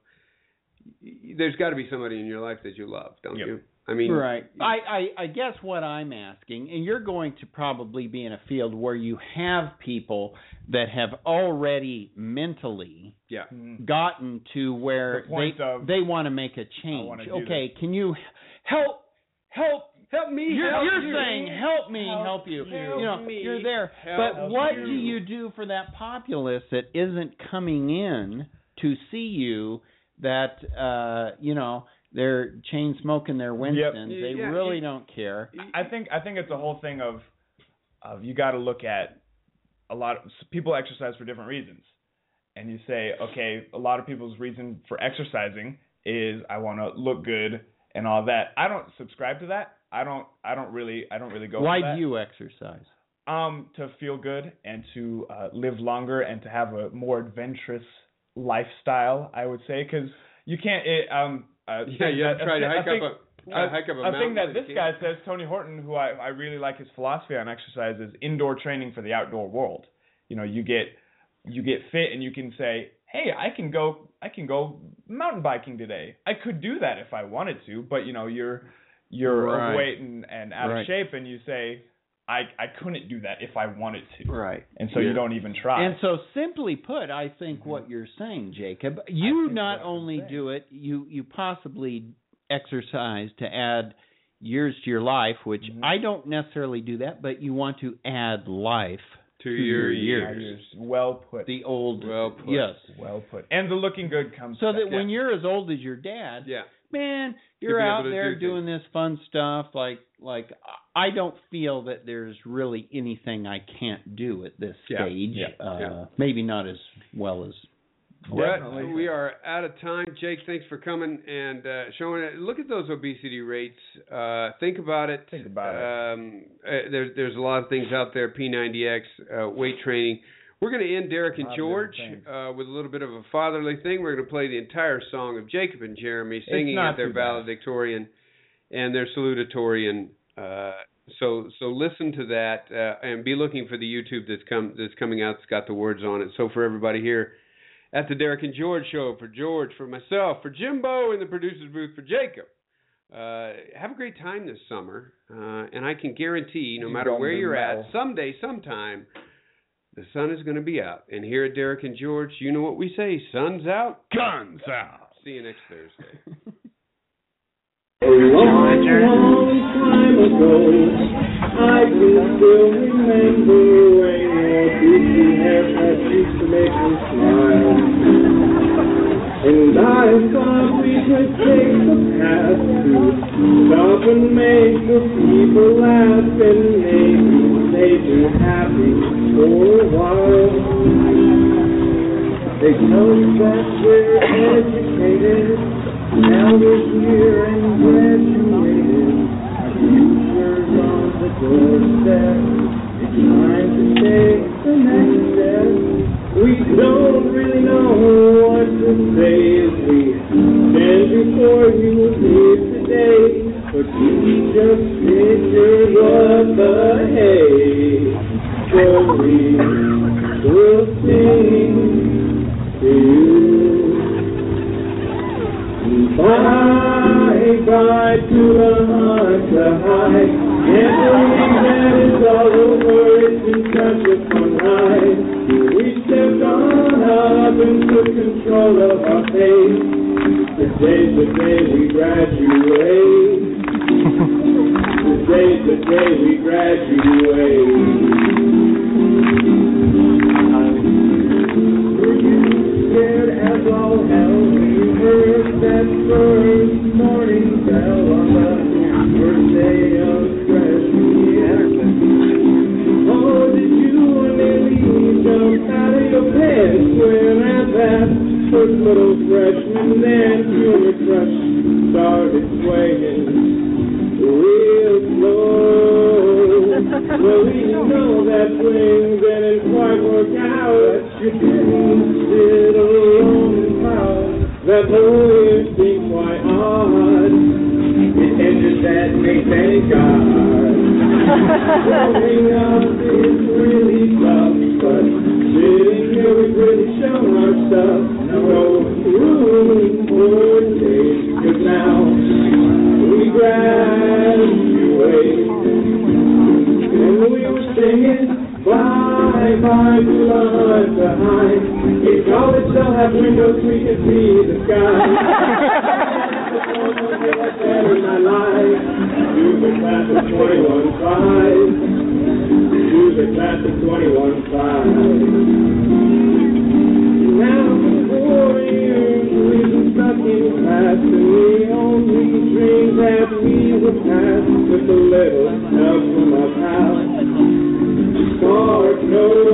[SPEAKER 2] y- there's got to be somebody in your life that you love, don't
[SPEAKER 10] Yep.
[SPEAKER 2] you? I mean,
[SPEAKER 4] right. I, I I guess what I'm asking, and you're going to probably be in a field where you have people that have already mentally
[SPEAKER 2] yeah,
[SPEAKER 10] Mm.
[SPEAKER 4] gotten to where
[SPEAKER 10] The
[SPEAKER 4] they
[SPEAKER 10] point of,
[SPEAKER 4] they want to make a change.
[SPEAKER 10] wanna do
[SPEAKER 4] Okay, can you help help
[SPEAKER 2] help me.
[SPEAKER 4] you're,
[SPEAKER 2] help
[SPEAKER 4] you're
[SPEAKER 2] you.
[SPEAKER 4] saying help me, help,
[SPEAKER 2] Help
[SPEAKER 4] you.
[SPEAKER 2] you.
[SPEAKER 4] you know,
[SPEAKER 2] Help me,
[SPEAKER 4] you're there.
[SPEAKER 2] help
[SPEAKER 4] but what
[SPEAKER 2] you.
[SPEAKER 4] do you do for that populace that isn't coming in to see you that uh, you know, they're chain smoking their Winston. They
[SPEAKER 2] Yeah,
[SPEAKER 4] really
[SPEAKER 2] you-
[SPEAKER 4] don't care.
[SPEAKER 10] I think I think it's a whole thing of of you got to look at a lot of people exercise for different reasons, and you say okay, a lot of people's reason for exercising is I want to look good and all that. I don't subscribe to that. I don't I don't really I don't really go. for
[SPEAKER 4] Why
[SPEAKER 10] that.
[SPEAKER 4] do you exercise?
[SPEAKER 10] um, to feel good and to uh, live longer and to have a more adventurous lifestyle. I would say because you can't. It, um, uh,
[SPEAKER 2] Yeah, you have to try to hike
[SPEAKER 10] think,
[SPEAKER 2] up a, uh, hike up a
[SPEAKER 10] I
[SPEAKER 2] mountain.
[SPEAKER 10] think that
[SPEAKER 2] with
[SPEAKER 10] this
[SPEAKER 2] a kid.
[SPEAKER 10] guy says, Tony Horton, who I, I really like his philosophy on exercise, is indoor training for the outdoor world. You know, you get you get fit and you can say, hey, I can go I can go mountain biking today. I could do that if I wanted to, but you know, you're you're
[SPEAKER 4] Right.
[SPEAKER 10] overweight and, and out
[SPEAKER 4] Right.
[SPEAKER 10] of shape, and you say, I I couldn't do that if I wanted to,
[SPEAKER 4] Right.
[SPEAKER 10] and so
[SPEAKER 2] Yeah.
[SPEAKER 10] you don't even try.
[SPEAKER 4] And so, simply put, I think what you're saying, Jacob, you
[SPEAKER 10] Mm-hmm. think
[SPEAKER 4] not
[SPEAKER 10] what I'm
[SPEAKER 4] only
[SPEAKER 10] saying.
[SPEAKER 4] do it, you you possibly exercise to add years to your life, which
[SPEAKER 10] Mhm.
[SPEAKER 4] I don't necessarily do that, but you want to add life.
[SPEAKER 2] to your
[SPEAKER 10] Yeah,
[SPEAKER 2] years.
[SPEAKER 10] you're well put,
[SPEAKER 4] The old,
[SPEAKER 2] Well put.
[SPEAKER 4] yes.
[SPEAKER 10] well put, and the looking good comes
[SPEAKER 4] So that
[SPEAKER 10] second.
[SPEAKER 4] when you're as old as your dad,
[SPEAKER 2] Yeah,
[SPEAKER 4] man, you're
[SPEAKER 2] be able
[SPEAKER 4] out
[SPEAKER 2] to
[SPEAKER 4] there
[SPEAKER 2] do things.
[SPEAKER 4] doing this fun stuff. Like like I don't feel that there's really anything I can't do at this
[SPEAKER 2] Yeah.
[SPEAKER 4] stage.
[SPEAKER 10] Yeah.
[SPEAKER 4] Uh,
[SPEAKER 2] Yeah.
[SPEAKER 4] Maybe not as well as
[SPEAKER 2] Brett, we are out of time. Jake, thanks for coming and uh, showing it. Look at those obesity rates. Uh, think about it.
[SPEAKER 10] Think about it.
[SPEAKER 2] um, it. There's there's a lot of things out there. P90X, uh, weight training. We're going to end Derek and
[SPEAKER 10] Positive
[SPEAKER 2] George
[SPEAKER 10] things.
[SPEAKER 2] uh, with a little bit of a fatherly thing. We're going to play the entire song of Jacob and Jeremy singing
[SPEAKER 10] not
[SPEAKER 2] at their
[SPEAKER 10] too bad.
[SPEAKER 2] valedictorian and their salutatorian. Uh, so so listen to that uh, and be looking for the YouTube that's come that's coming out. It's got the words on it. So for everybody here at the Derek and George show, for George, for myself, for Jimbo in the producers booth, for Jacob. Uh, have a great time this summer, uh, and I can guarantee, no
[SPEAKER 10] You
[SPEAKER 2] matter
[SPEAKER 10] don't
[SPEAKER 2] where
[SPEAKER 10] do
[SPEAKER 2] you're
[SPEAKER 10] well.
[SPEAKER 2] at, someday, sometime, the sun is going to be out. And here at Derek and George, you know what we say: sun's out, guns out. See you next Thursday.
[SPEAKER 12] And I thought it takes a past to stop and make the people laugh and maybe they do happy for a while. They tell us that we're educated, now we're here and graduated. Our future's on the doorstep. It's time to take the next step. We don't really know what to say as we stand before you leave today. But you just pictures of the hay. For we will sing to you. Bye, bye to the Hanukkah high. Can't believe that it's all over. It's been such a fun ride. We stepped on up and took control of our fate. Today's the day we graduate. Today's the day we graduate. Were you scared as all hell when you heard that first morning bell on the first day of graduation? Oh, did you and Ellie jump out of your pants when at that first little freshman dance your crush started swaying real slow? well, we know that swing didn't quite work out. That you didn't sit alone and pout. That whole weird thing, why odd? It ended that may thank God. Growing up is really tough, but sitting here we really shown our stuff. No room for days, 'cause now we graduate. And we were singing, bye, bye, to life behind. If college still have windows, we could see the sky. my life. To the class of 21 5. To the class of 21 5. Now, four years we've been stuck in class, and we only dream that we would pass with a little help from our pals. Lord knows.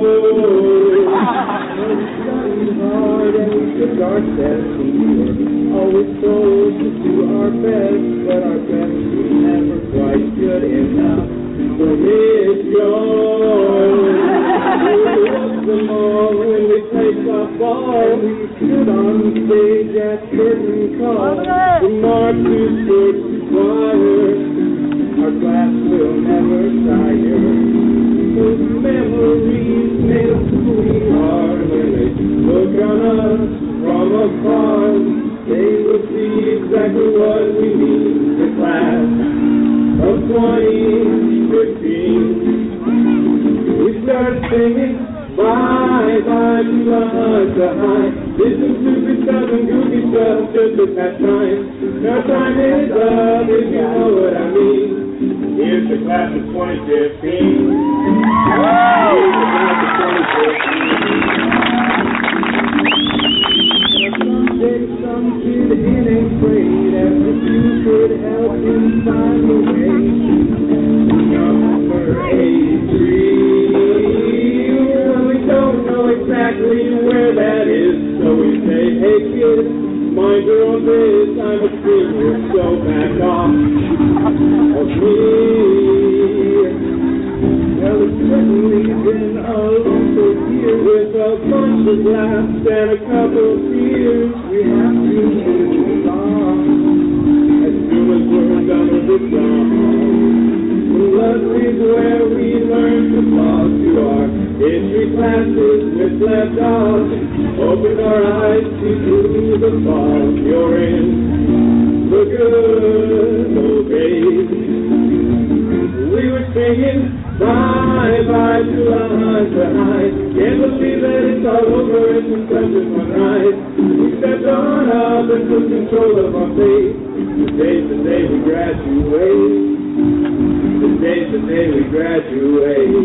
[SPEAKER 12] Study hard and we took our steps. We were always told to do our best, but our best was never quite good enough. So it's yours. We loved them all when we played softball. We stood on stage at curtain call. We marched to church choir. Our class will never tire. Those memories made us who we are when they look on us from afar. They will see exactly what we mean. The class of 2015. We start singing bye bye to Lhasa High. This is stupid stuff and goofy stuff just to pass time. Our time is up if you know what I mean. Here's the class of 2015. Here's the class of 2015. Someday some kid in a grade after you could help him find a way. Number 83. Well, we don't know exactly where that is, so we say, hey kid, mind your own biz. I'm a senior, so back off of me. Well, it's certainly been a longer year with a bunch of laughs and a couple of tears. We have to move on as soon as we're done with the song. Love is where we learn to talk to our history classes with left off. Open our eyes to the fall you're in the good old days. We were singing bye bye to our eyes behind. Can't believe that it's all over, it's been such a fun ride. We stepped on up and took control of our fate. Today's the day we graduate. Today's the day we graduate.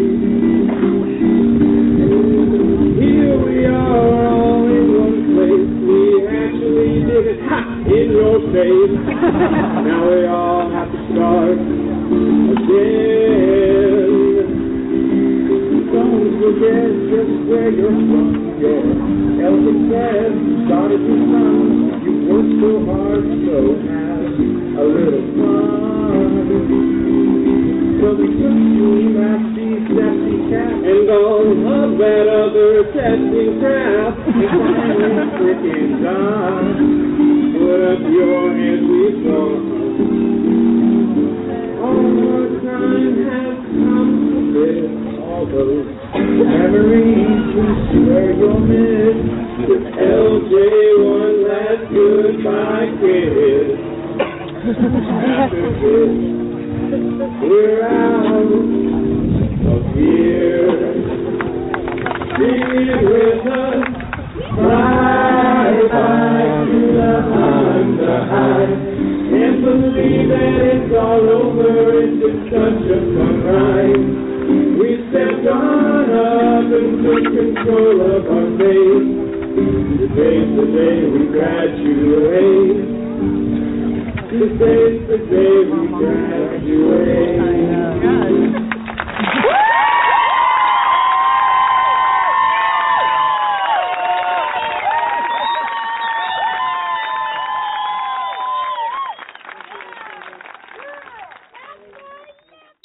[SPEAKER 12] Here we are all in one place. We actually did it ha, in your just where you're from. Your elder says you started to run. You worked so hard, so have a little fun. Well, we took you back these sassy cats and all of that other sassy crap. And finally, freaking done. Put up your hands, we fall. Our time has come to live all those memories we swear you'll miss. With LJ, one last goodbye kiss. After this, we're out of here. Be with us. Bye bye to the Honda High. Can't believe that it's all over. It's just such a fun ride. We stepped on up and took control of our fate. Today's the day we graduate. Today's the day we graduate.